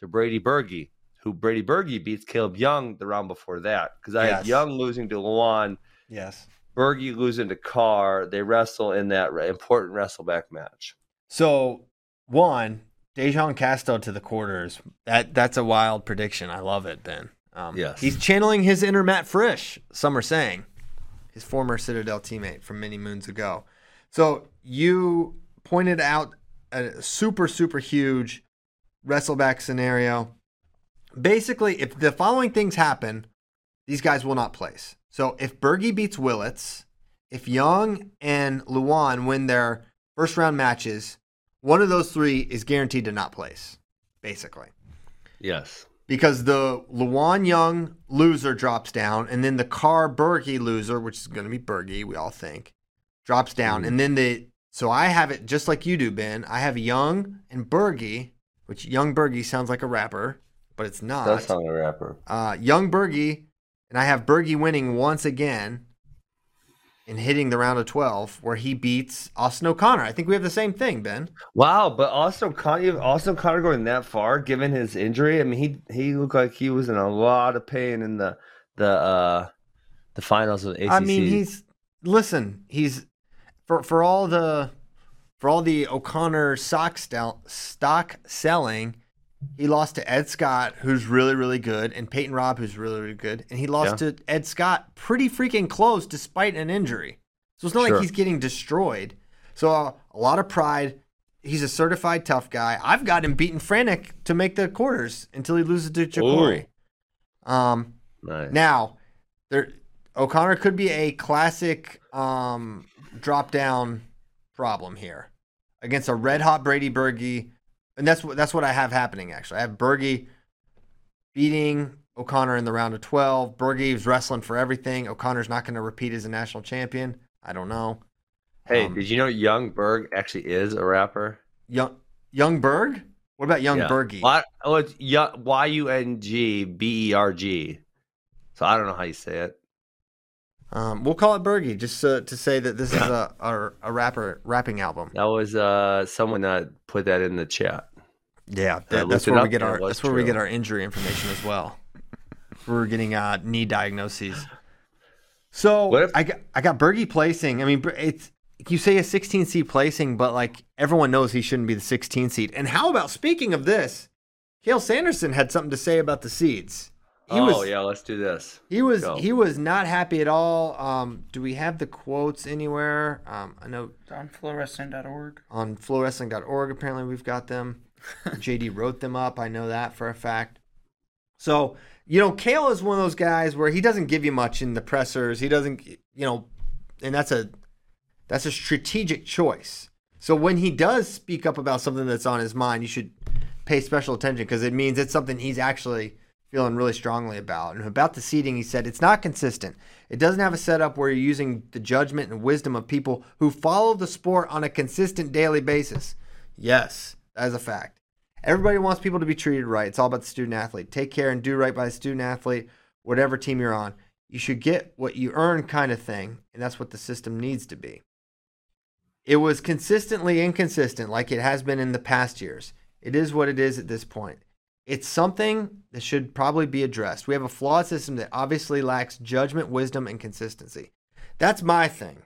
S1: to Brady Berge, who Brady Berge beats Caleb Young the round before that because I
S2: Yes.
S1: had Young losing to Luan.
S2: yes.
S1: Bergie losing to Carr. They wrestle in that re- important wrestle back match.
S2: So one, Dejan Casto to the quarters. That that's a wild prediction. I love it, Ben. Um,
S1: Yes.
S2: he's channeling his inner Matt Frisch. Some are saying his former Citadel teammate from many moons ago. So you pointed out a super super huge wrestleback scenario. Basically, if the following things happen, these guys will not place. So if Bergie beats Willits, if Young and Luan win their first round matches, one of those three is guaranteed to not place, basically.
S1: Yes.
S2: Because the Luan Young loser drops down, and then the Carr Berge loser, which is going to be Berge, we all think, drops down. And then the, so I have it just like you do, Ben. I have Young and Berge, which Young Berge sounds like a rapper, but it's not.
S1: That's not a rapper.
S2: Uh, young Berge, and I have Berge winning once again and hitting the round of 12 where he beats Austin O'Connor. I think we have the same thing, Ben.
S1: Wow, but also Connor, also Connor going that far given his injury. I mean, he he looked like he was in a lot of pain in the the uh the finals of ACC.
S2: I mean, he's listen, he's for for all the for all the O'Connor stock stel- stock selling, he lost to Ed Scott, who's really really good, and Peyton Robb, who's really really good, and he lost to Ed Scott pretty freaking close despite an injury. So it's not
S1: Sure.
S2: like he's getting destroyed. So uh, a lot of pride. He's a certified tough guy. I've got him beating Franek to make the quarters until he loses to Jacory. Um,
S1: nice.
S2: now, there O'Connor could be a classic um, drop down problem here against a red hot Brady Berge, and that's what that's what I have happening actually. I have Berge beating O'Connor in the round of twelve. Berge is wrestling for everything. O'Connor's not going to repeat as a national champion. I don't know.
S1: hey,
S2: um,
S1: did you know Young Berg actually is a rapper?
S2: Young Young Berg. What about Young
S1: Yeah.
S2: Berge?
S1: Why- oh, it's Y U N G B E R G. So I don't know how you say it.
S2: Um, we'll call it Berge just uh, to say that this is a, a a rapper rapping album.
S1: That was uh someone that put that in the chat.
S2: Yeah,
S1: I
S2: that,
S1: looked
S2: that's
S1: it
S2: where we
S1: up
S2: get
S1: and it
S2: our
S1: was
S2: that's where we get
S1: true.
S2: our injury information as well. We're getting uh, knee diagnoses. So
S1: What if-
S2: I got I got Bergie placing. I mean, Ber- it's you say a 16 seed placing, but like everyone knows he shouldn't be the 16 seed. And how about speaking of this, Kale Sanderson had something to say about the seeds. He
S1: oh
S2: was
S1: yeah, let's do this.
S2: he was
S1: Go.
S2: he was not happy at all. Um, do we have the quotes anywhere? Um, I know
S3: Donflowwrestling.org.
S2: on flowwrestling.org. Apparently, we've got them. JD wrote them up. I know that for a fact. So, you know, Kale is one of those guys where he doesn't give you much in the pressers. He doesn't, you know, and that's a that's a strategic choice. So when he does speak up about something that's on his mind, you should pay special attention because it means it's something he's actually feeling really strongly about. And about the seating, he said it's not consistent. It doesn't have a setup where you're using the judgment and wisdom of people who follow the sport on a consistent daily basis. Yes, that is a fact. Everybody wants people to be treated right. It's all about the student athlete. Take care and do right by the student athlete, whatever team you're on. You should get what you earn, kind of thing. And that's what the system needs to be. It was consistently inconsistent, like it has been in the past years. It is what it is at this point. It's something that should probably be addressed. We have a flawed system that obviously lacks judgment, wisdom, and consistency. That's my thing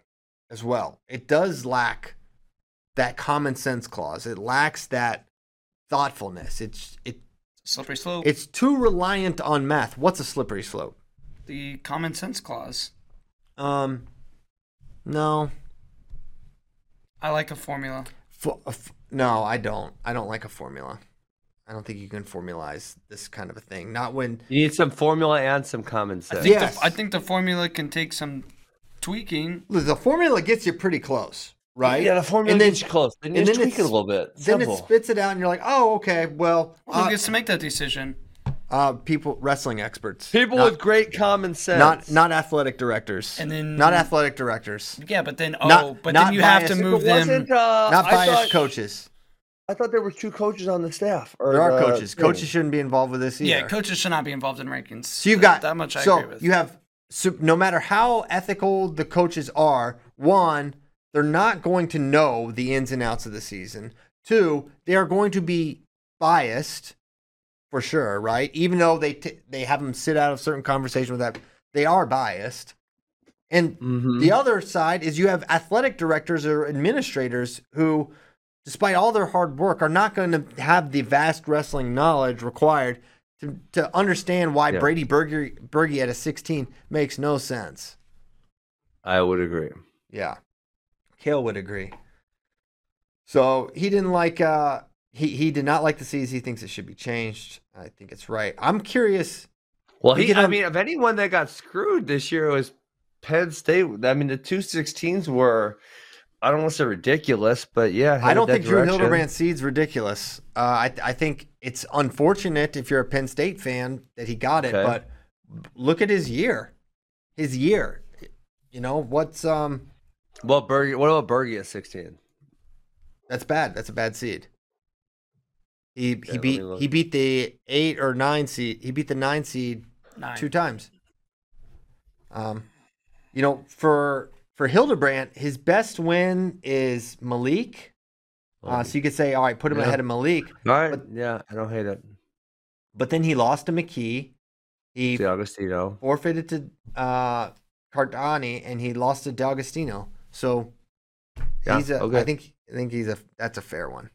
S2: as well. It does lack that common sense clause, it lacks that thoughtfulness. It's, it,
S3: Slippery slope.
S2: it's too reliant on math. What's a slippery slope?
S3: the common sense clause.
S2: Um, no,
S3: I like a formula.
S2: Fo- a f- no, I don't. I don't like a formula. I don't think you can formalize this kind of a thing. Not when
S1: You need some formula and some common
S3: I
S1: sense.
S3: think,
S2: Yes.
S3: the, I think the formula can take some tweaking.
S2: Look, the formula gets you pretty close, right?
S1: Yeah, the formula
S2: And then-
S1: gets you close. Then you
S2: and
S1: just
S2: then
S1: tweak it a
S2: it's-
S1: little bit.
S2: Then
S1: Simple.
S2: it spits it out, and you're like, "Oh, okay. Well,
S3: Who
S2: uh,
S3: gets to make that decision?
S2: uh, people, wrestling experts,
S1: People
S2: not,
S1: with great common sense.
S2: not not athletic directors,
S3: And then-
S2: not athletic directors,
S3: Yeah, but then oh,
S2: Not-
S3: but
S2: not
S3: then you have to
S2: biased.
S3: move
S1: It wasn't,
S3: them.
S1: uh,
S2: not
S1: I
S2: biased
S1: thought,
S2: coaches.
S1: I thought there were two coaches on the staff. Or uh,
S2: There are
S1: the
S2: coaches.
S1: thing.
S2: Coaches shouldn't be involved with this either.
S3: Yeah, coaches should not be involved in rankings.
S2: So you've got
S3: that much. I
S2: so
S3: agree with.
S2: you have so no matter how ethical the coaches are, one, they're not going to know the ins and outs of the season. Two, they are going to be biased for sure, right? Even though they t- they have them sit out of certain conversation with that, they are biased. And
S1: Mm-hmm.
S2: the other side is you have athletic directors or administrators who, despite all their hard work, are not going to have the vast wrestling knowledge required to, to understand why
S1: Yeah.
S2: Brady Berge, Berge at a 16 makes no sense.
S1: I would agree.
S2: Yeah. Kale would agree. So he didn't like, uh, he, he did not like the C's. He thinks it should be changed. I think it's right. I'm curious.
S1: Well,
S2: We
S1: he,
S2: get
S1: I
S2: on-
S1: mean, of anyone that got screwed this year, it was Penn State. I mean, the two 16s were I don't want to say ridiculous, but yeah,
S2: I
S1: headed
S2: don't
S1: that
S2: think Drew
S1: direction.
S2: Hildebrand seed's ridiculous. Uh, I, I think it's unfortunate if you're a Penn State fan that he got it,
S1: Okay.
S2: but look at his year. His year. You know, what's um
S1: Well, Berge, what about Berge at sixteen?
S2: that's bad. That's a bad seed. He
S1: Yeah,
S2: he
S1: let
S2: beat
S1: me look.
S2: he beat the eight or nine seed. He beat the nine seed
S3: Nine.
S2: two times. Um, you know, for for Hildebrand, his best win is Malik. Uh, so you could say, all right, put him
S1: Yeah.
S2: ahead of Malik.
S1: All right,
S2: but-
S1: yeah, I don't hate it.
S2: But then he lost to McKee. He
S1: D'Agostino.
S2: forfeited to uh, Cardani, and he lost to D'Agostino. So
S1: Yeah,
S2: he's a. I
S1: okay.
S2: think I think he's a. That's a fair one.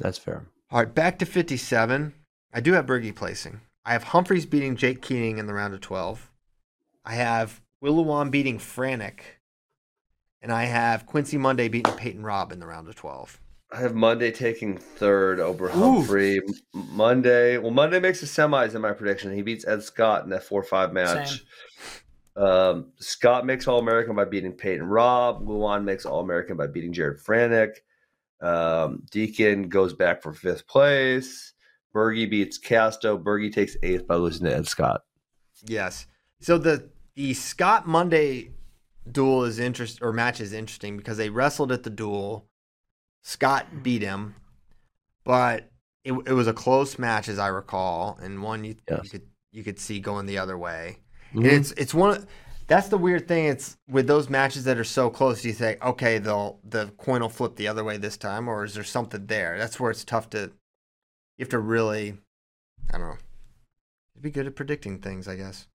S1: That's fair.
S2: All right, back to 57. I do have Berge placing. I have Humphreys beating Jake Keating in the round of 12. I have Willowan beating Franek. And I have Quincy Monday beating Peyton Robb in the round of 12.
S1: I have Monday taking third over Humphrey. M- Monday, well, Monday makes the semis in my prediction. He beats Ed Scott in that four-five match. Um, Scott makes All American by beating Peyton Robb. Luan makes All American by beating Jared Franek. Um, Deacon goes back for fifth place. Berge beats Casto. Berge takes eighth by losing to Ed Scott.
S2: Yes. So the the Scott Monday duel is interest or match is interesting because they wrestled at the duel. Scott beat him, but it, it was a close match as I recall, and one you,
S1: Yes. Mm-hmm.
S2: you could you could see going the other way. And it's it's one of, that's the weird thing. It's with those matches that are so close, you say, okay, they'll the coin will flip the other way this time, or is there something there? That's where it's tough to you have to really I don't know. You'd be good at predicting things, I guess.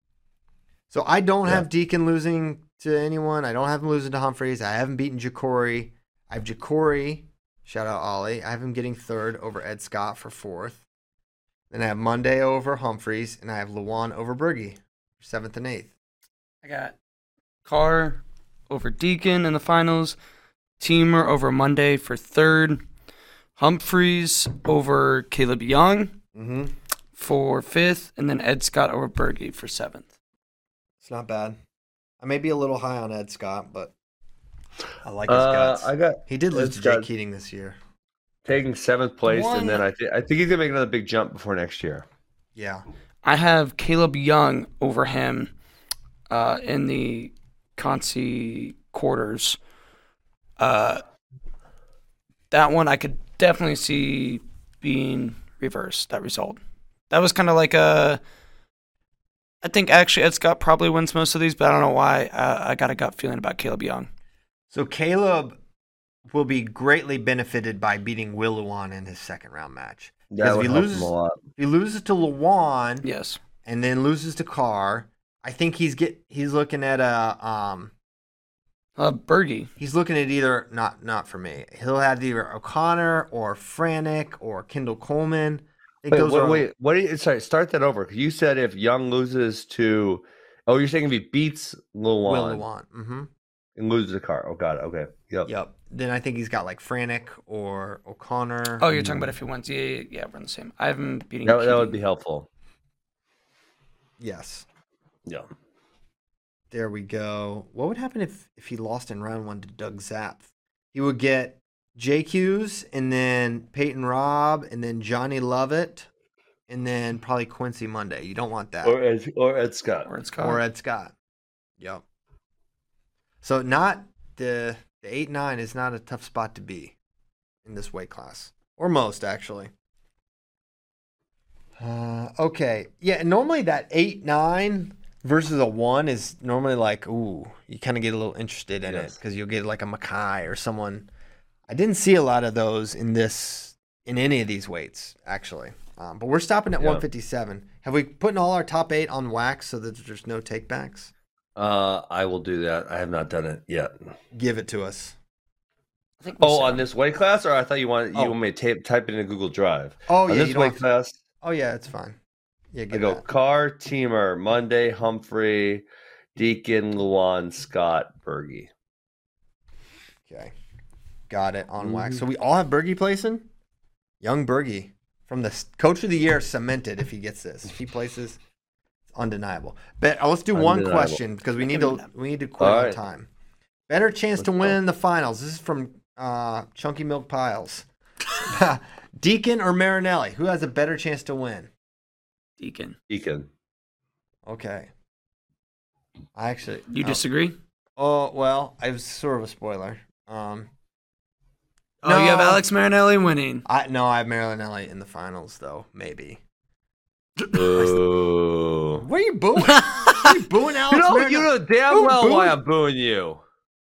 S2: So I don't
S1: Yeah.
S2: have Deacon losing to anyone. I don't have him losing to Humphreys. I haven't beaten Jacory. I have Jacory. Shout out Ollie. I have him getting third over Ed Scott for fourth. Then I have Monday over Humphreys, and I have Luwan over Berge, for seventh and eighth.
S3: I got Carr over Deacon in the finals. Teamer over Monday for third. Humphreys over Caleb Young
S2: Mm-hmm.
S3: for fifth, and then Ed Scott over Berge for seventh.
S2: It's not bad. I may be a little high on Ed Scott, but I like his
S1: Uh,
S2: guts.
S1: I got
S2: he did lose
S1: Ed
S2: to Jake
S1: Scott.
S2: Keating this year.
S1: taking seventh place,
S3: One-
S1: and then I, thi- I think he's gonna make another big jump before next year.
S2: Yeah.
S3: I have Caleb Young over him uh, in the Concy quarters. Uh, that one I could definitely see being reversed, that result. That was kind of like a. I think actually Ed Scott probably wins most of these, but I don't know why. Uh, I got a gut feeling about Caleb Young.
S2: So Caleb will be greatly benefited by beating Willowan in his second round match.
S1: That
S2: if
S1: would
S2: he
S1: help
S2: loses,
S1: him a lot.
S2: if he loses to Luwan
S3: Yes.
S2: and then loses to Carr. I think he's get he's looking at a um
S3: Uh, Berge.
S2: he's looking at either not not for me. He'll have either O'Connor or Franek or Kendall Coleman. I think
S1: Wait,
S2: those
S1: wait,
S2: are-
S1: wait, what? do you, sorry, start that over. 'cause You said if Young loses to, oh, you're saying if he beats Lil
S2: Will
S1: Wan
S2: Luwan. Mm-hmm.
S1: and loses the car. Oh, got it. Okay, yep.
S2: Yep. Then I think he's got like Franek or O'Connor.
S3: Oh, you're talking about if he wins. Yeah, yeah, yeah, we're on the same. I haven't beating.
S1: That, that would
S3: Keating.
S1: be helpful.
S2: yes.
S1: Yeah.
S2: There we go. What would happen if if he lost in round one to Doug Zapp? He would get Jake Hughes and then Peyton Robb and then Johnny Lovett and then probably Quincy Monday. You don't want that.
S1: Or Ed, or Ed Scott.
S3: Or it's Carr.
S2: Or Ed Scott. Yep. So not the the eight nine is not a tough spot to be in this weight class. Or most actually. Uh, okay. Yeah, and normally that eight nine versus a one is normally like, ooh, you kind of get a little interested in it
S1: Yes.
S2: because you'll get like a Mackay or someone. I didn't see a lot of those in this in any of these weights actually. Um, but we're stopping at
S1: Yeah.
S2: 157. Have we put in all our top eight on wax so that there's no takebacks?
S1: Uh, I will do that. I have not done it yet.
S2: Give it to us.
S3: I think we
S1: Oh,
S3: said-
S1: on this weight class, or I thought you wanted you
S2: Oh.
S1: want me to tape, type it into Google Drive.
S2: Oh,
S1: On
S2: yeah, you
S1: this
S2: don't
S1: weight
S2: have to-
S1: class,
S2: Oh yeah, it's fine. Yeah,
S1: I
S2: give
S1: go
S2: that.
S1: Carr, Teamer, Monday, Humphrey, Deacon, Luan, Scott, Berge.
S2: Okay, got it on wax. So we all have Bergie placing. Young Bergie from the s- coach of the year cemented. If he gets this, if he places, undeniable. But uh, let's do one
S1: Undeniable.
S2: question because we need to we need to quit
S1: All
S2: on
S1: right.
S2: time. Better chance to
S1: Let's
S2: win
S1: go.
S2: in the finals. This is from uh, Chunky Milk Piles. Deacon or Marinelli? Who has a better chance to win?
S3: Deacon.
S1: Deacon.
S2: Okay. I actually.
S3: You
S2: oh.
S3: disagree?
S2: Oh, well, it was sort of a spoiler. Um,
S3: Oh, you have
S2: No.
S3: Alex Marinelli winning.
S2: I No, I have Marinelli in the finals, though, maybe.
S1: Boo.
S2: What are you booing? Are you booing Alex
S1: You know,
S2: Marinelli?
S1: you know damn
S2: Who
S1: well why
S2: booed-
S1: I'm booing you.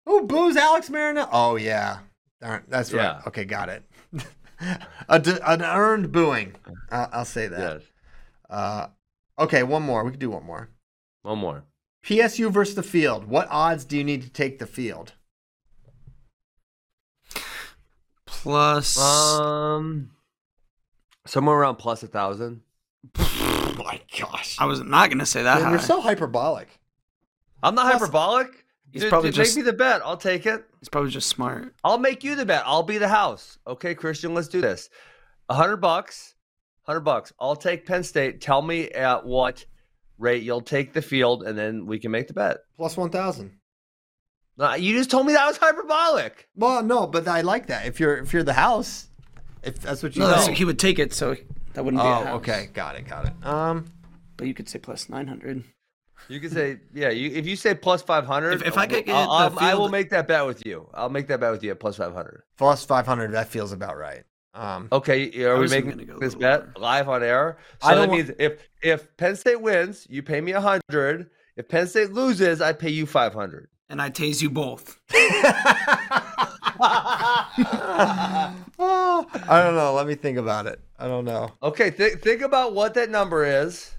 S2: Who boos Alex Marinelli? Oh yeah, Darn, that's right.
S1: Yeah.
S2: Okay, got it. A d- an earned booing. I- I'll say
S1: Yes.
S2: that. Uh, okay, one more. We can do one more.
S1: One more.
S2: PSU versus the field. What odds do you need to take the field?
S3: Plus,
S1: Um, somewhere around plus a thousand.
S2: Oh my gosh,
S3: I was not gonna say that.
S2: Man,
S3: high.
S2: you're so hyperbolic.
S1: I'm not
S2: Plus-
S1: hyperbolic.
S3: He's
S1: Dude,
S3: probably
S1: dude,
S3: just-
S1: make me the bet. I'll take it.
S3: He's probably just smart.
S1: I'll make you the bet. I'll be the house. Okay, Christian, let's do this. A hundred bucks. Hundred bucks. I'll take Penn State. Tell me at what rate you'll take the field, and then we can make the bet.
S2: Plus one thousand.
S1: Nah, You just told me that was hyperbolic.
S2: Well, no, but I like that. If you're if you're the house, if that's what you
S3: No, that's,
S2: know.
S3: he would take it, so that wouldn't be. a
S2: Oh,
S3: house.
S2: okay, got it, got it. Um,
S3: But you could say plus nine hundred.
S1: You can say, yeah. You, if you say plus five hundred,
S3: If- if I could get
S1: I'll, I'll-
S3: the
S1: I will
S3: field-
S1: make that bet with you. I'll make that bet with you at plus five hundred.
S2: plus five hundred. That feels about right. Um,
S1: Okay, are we
S3: was even
S1: making
S3: gonna go a
S1: this
S3: little
S1: bet
S3: lower.
S1: live on air? So
S2: I
S1: that
S2: don't wa-
S1: means if if Penn State wins, you pay me a hundred. If Penn State loses, I pay you five hundred.
S3: And I tase you both.
S2: Oh, I don't know. Let me think about it. I don't know.
S1: Okay, th- think about what that number is.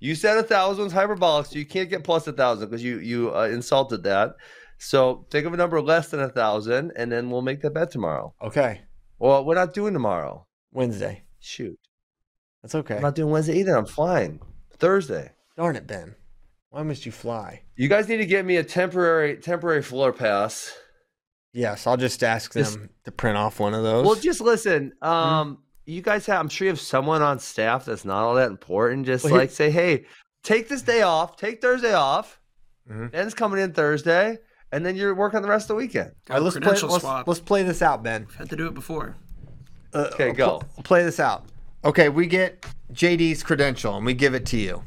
S1: You said a thousand was hyperbolic, so you can't get plus a thousand because you you uh, insulted that. So think of a number less than a thousand, and then we'll make that bet tomorrow.
S2: Okay.
S1: Well, we're not doing tomorrow.
S2: Wednesday.
S1: Shoot,
S2: That's okay.
S1: I'm not doing Wednesday either. I'm flying Thursday.
S2: Darn it, Ben. Why must you fly?
S1: You guys need to get me a temporary temporary floor pass.
S2: Yes, I'll just ask them
S1: Just-
S2: to print off one of those.
S1: Well, just listen. Um, you guys have. I'm sure you have someone on staff that's not all that important. Just
S2: Well, here-
S1: like say, hey, take this day off. Take Thursday off.
S2: Mhm.
S1: Ben's coming in Thursday, and then you're working the rest of the weekend.
S2: All right, let's, play,
S3: credential
S2: let's,
S3: swap.
S2: let's play this out, Ben.
S3: Had to do it before.
S2: Uh,
S1: Okay,
S2: pl-
S1: go.
S2: play this out. Okay, we get JD's credential and we give it to you.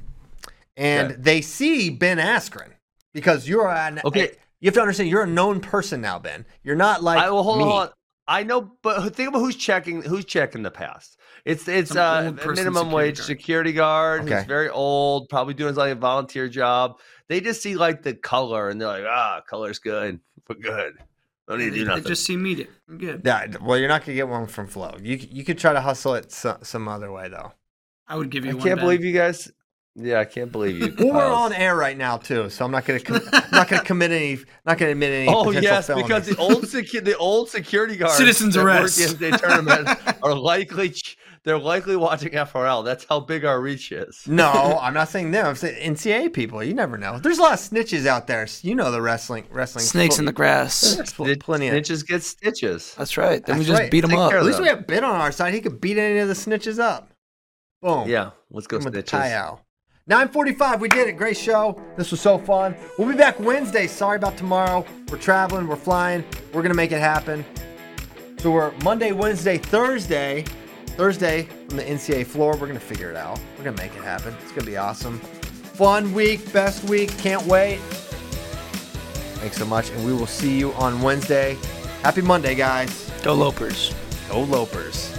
S2: And
S1: Okay.
S2: they see Ben Askren because you're an.
S1: Okay.
S2: You have to understand, you're a known person now, Ben. You're not like.
S1: I will hold
S2: me.
S1: on. I know, but think about who's checking. Who's checking the past? It's it's
S3: Some
S1: uh,
S3: old
S1: a
S3: person
S1: minimum
S3: security
S1: wage
S3: guard.
S1: security guard who's
S2: Okay.
S1: very old, probably doing like a volunteer job. They just see like the color, and they're like, ah, color's good. We're good. Don't need to
S3: They,
S1: do
S3: they
S1: nothing.
S3: just see me. do- I'm good.
S2: Yeah, well, you're not gonna get one from Flo. You c- you could try to hustle it some, some other way though.
S3: I would give you
S1: I
S3: one.
S1: can't
S3: Ben.
S1: believe you guys. Yeah, I can't believe you.
S2: Well, we're
S1: Kyle.
S2: on air right now too, so I'm not gonna com- I'm not gonna commit any not gonna admit any.
S1: Oh
S2: potential
S1: yes,
S2: felonies.
S1: because the old secu- the old security guards,
S3: Citizens
S1: that work
S3: arrest.
S1: The NCAA tournament are likely ch- they're likely watching FRL. That's how big our reach is.
S2: no, I'm not saying them. I'm saying NCAA people. You never know. There's a lot of snitches out there. S- You know the wrestling wrestling
S3: Snakes in the grass.
S2: There's pl- plenty of.
S1: Snitches get stitches.
S3: That's right. Then we
S2: That's
S3: just
S2: right.
S3: beat them
S1: Take
S3: up.
S1: care
S2: At
S1: of
S2: least
S1: them.
S2: we have Ben on our side. He could beat any of the snitches up. Boom.
S1: Yeah, let's go
S2: Come with the
S1: snitches.
S2: tie-out. 945, we did it. Great show. This was so fun. We'll be back Wednesday. Sorry about tomorrow. We're traveling, we're flying, we're gonna make it happen. So we're Monday, Wednesday, Thursday. Thursday on the NCAA floor. We're gonna figure it out. We're gonna make it happen. It's gonna be awesome. Fun week, best week, can't wait. Thanks so much, and we will see you on Wednesday. Happy Monday, guys.
S3: Go Lopers.
S2: Go Lopers.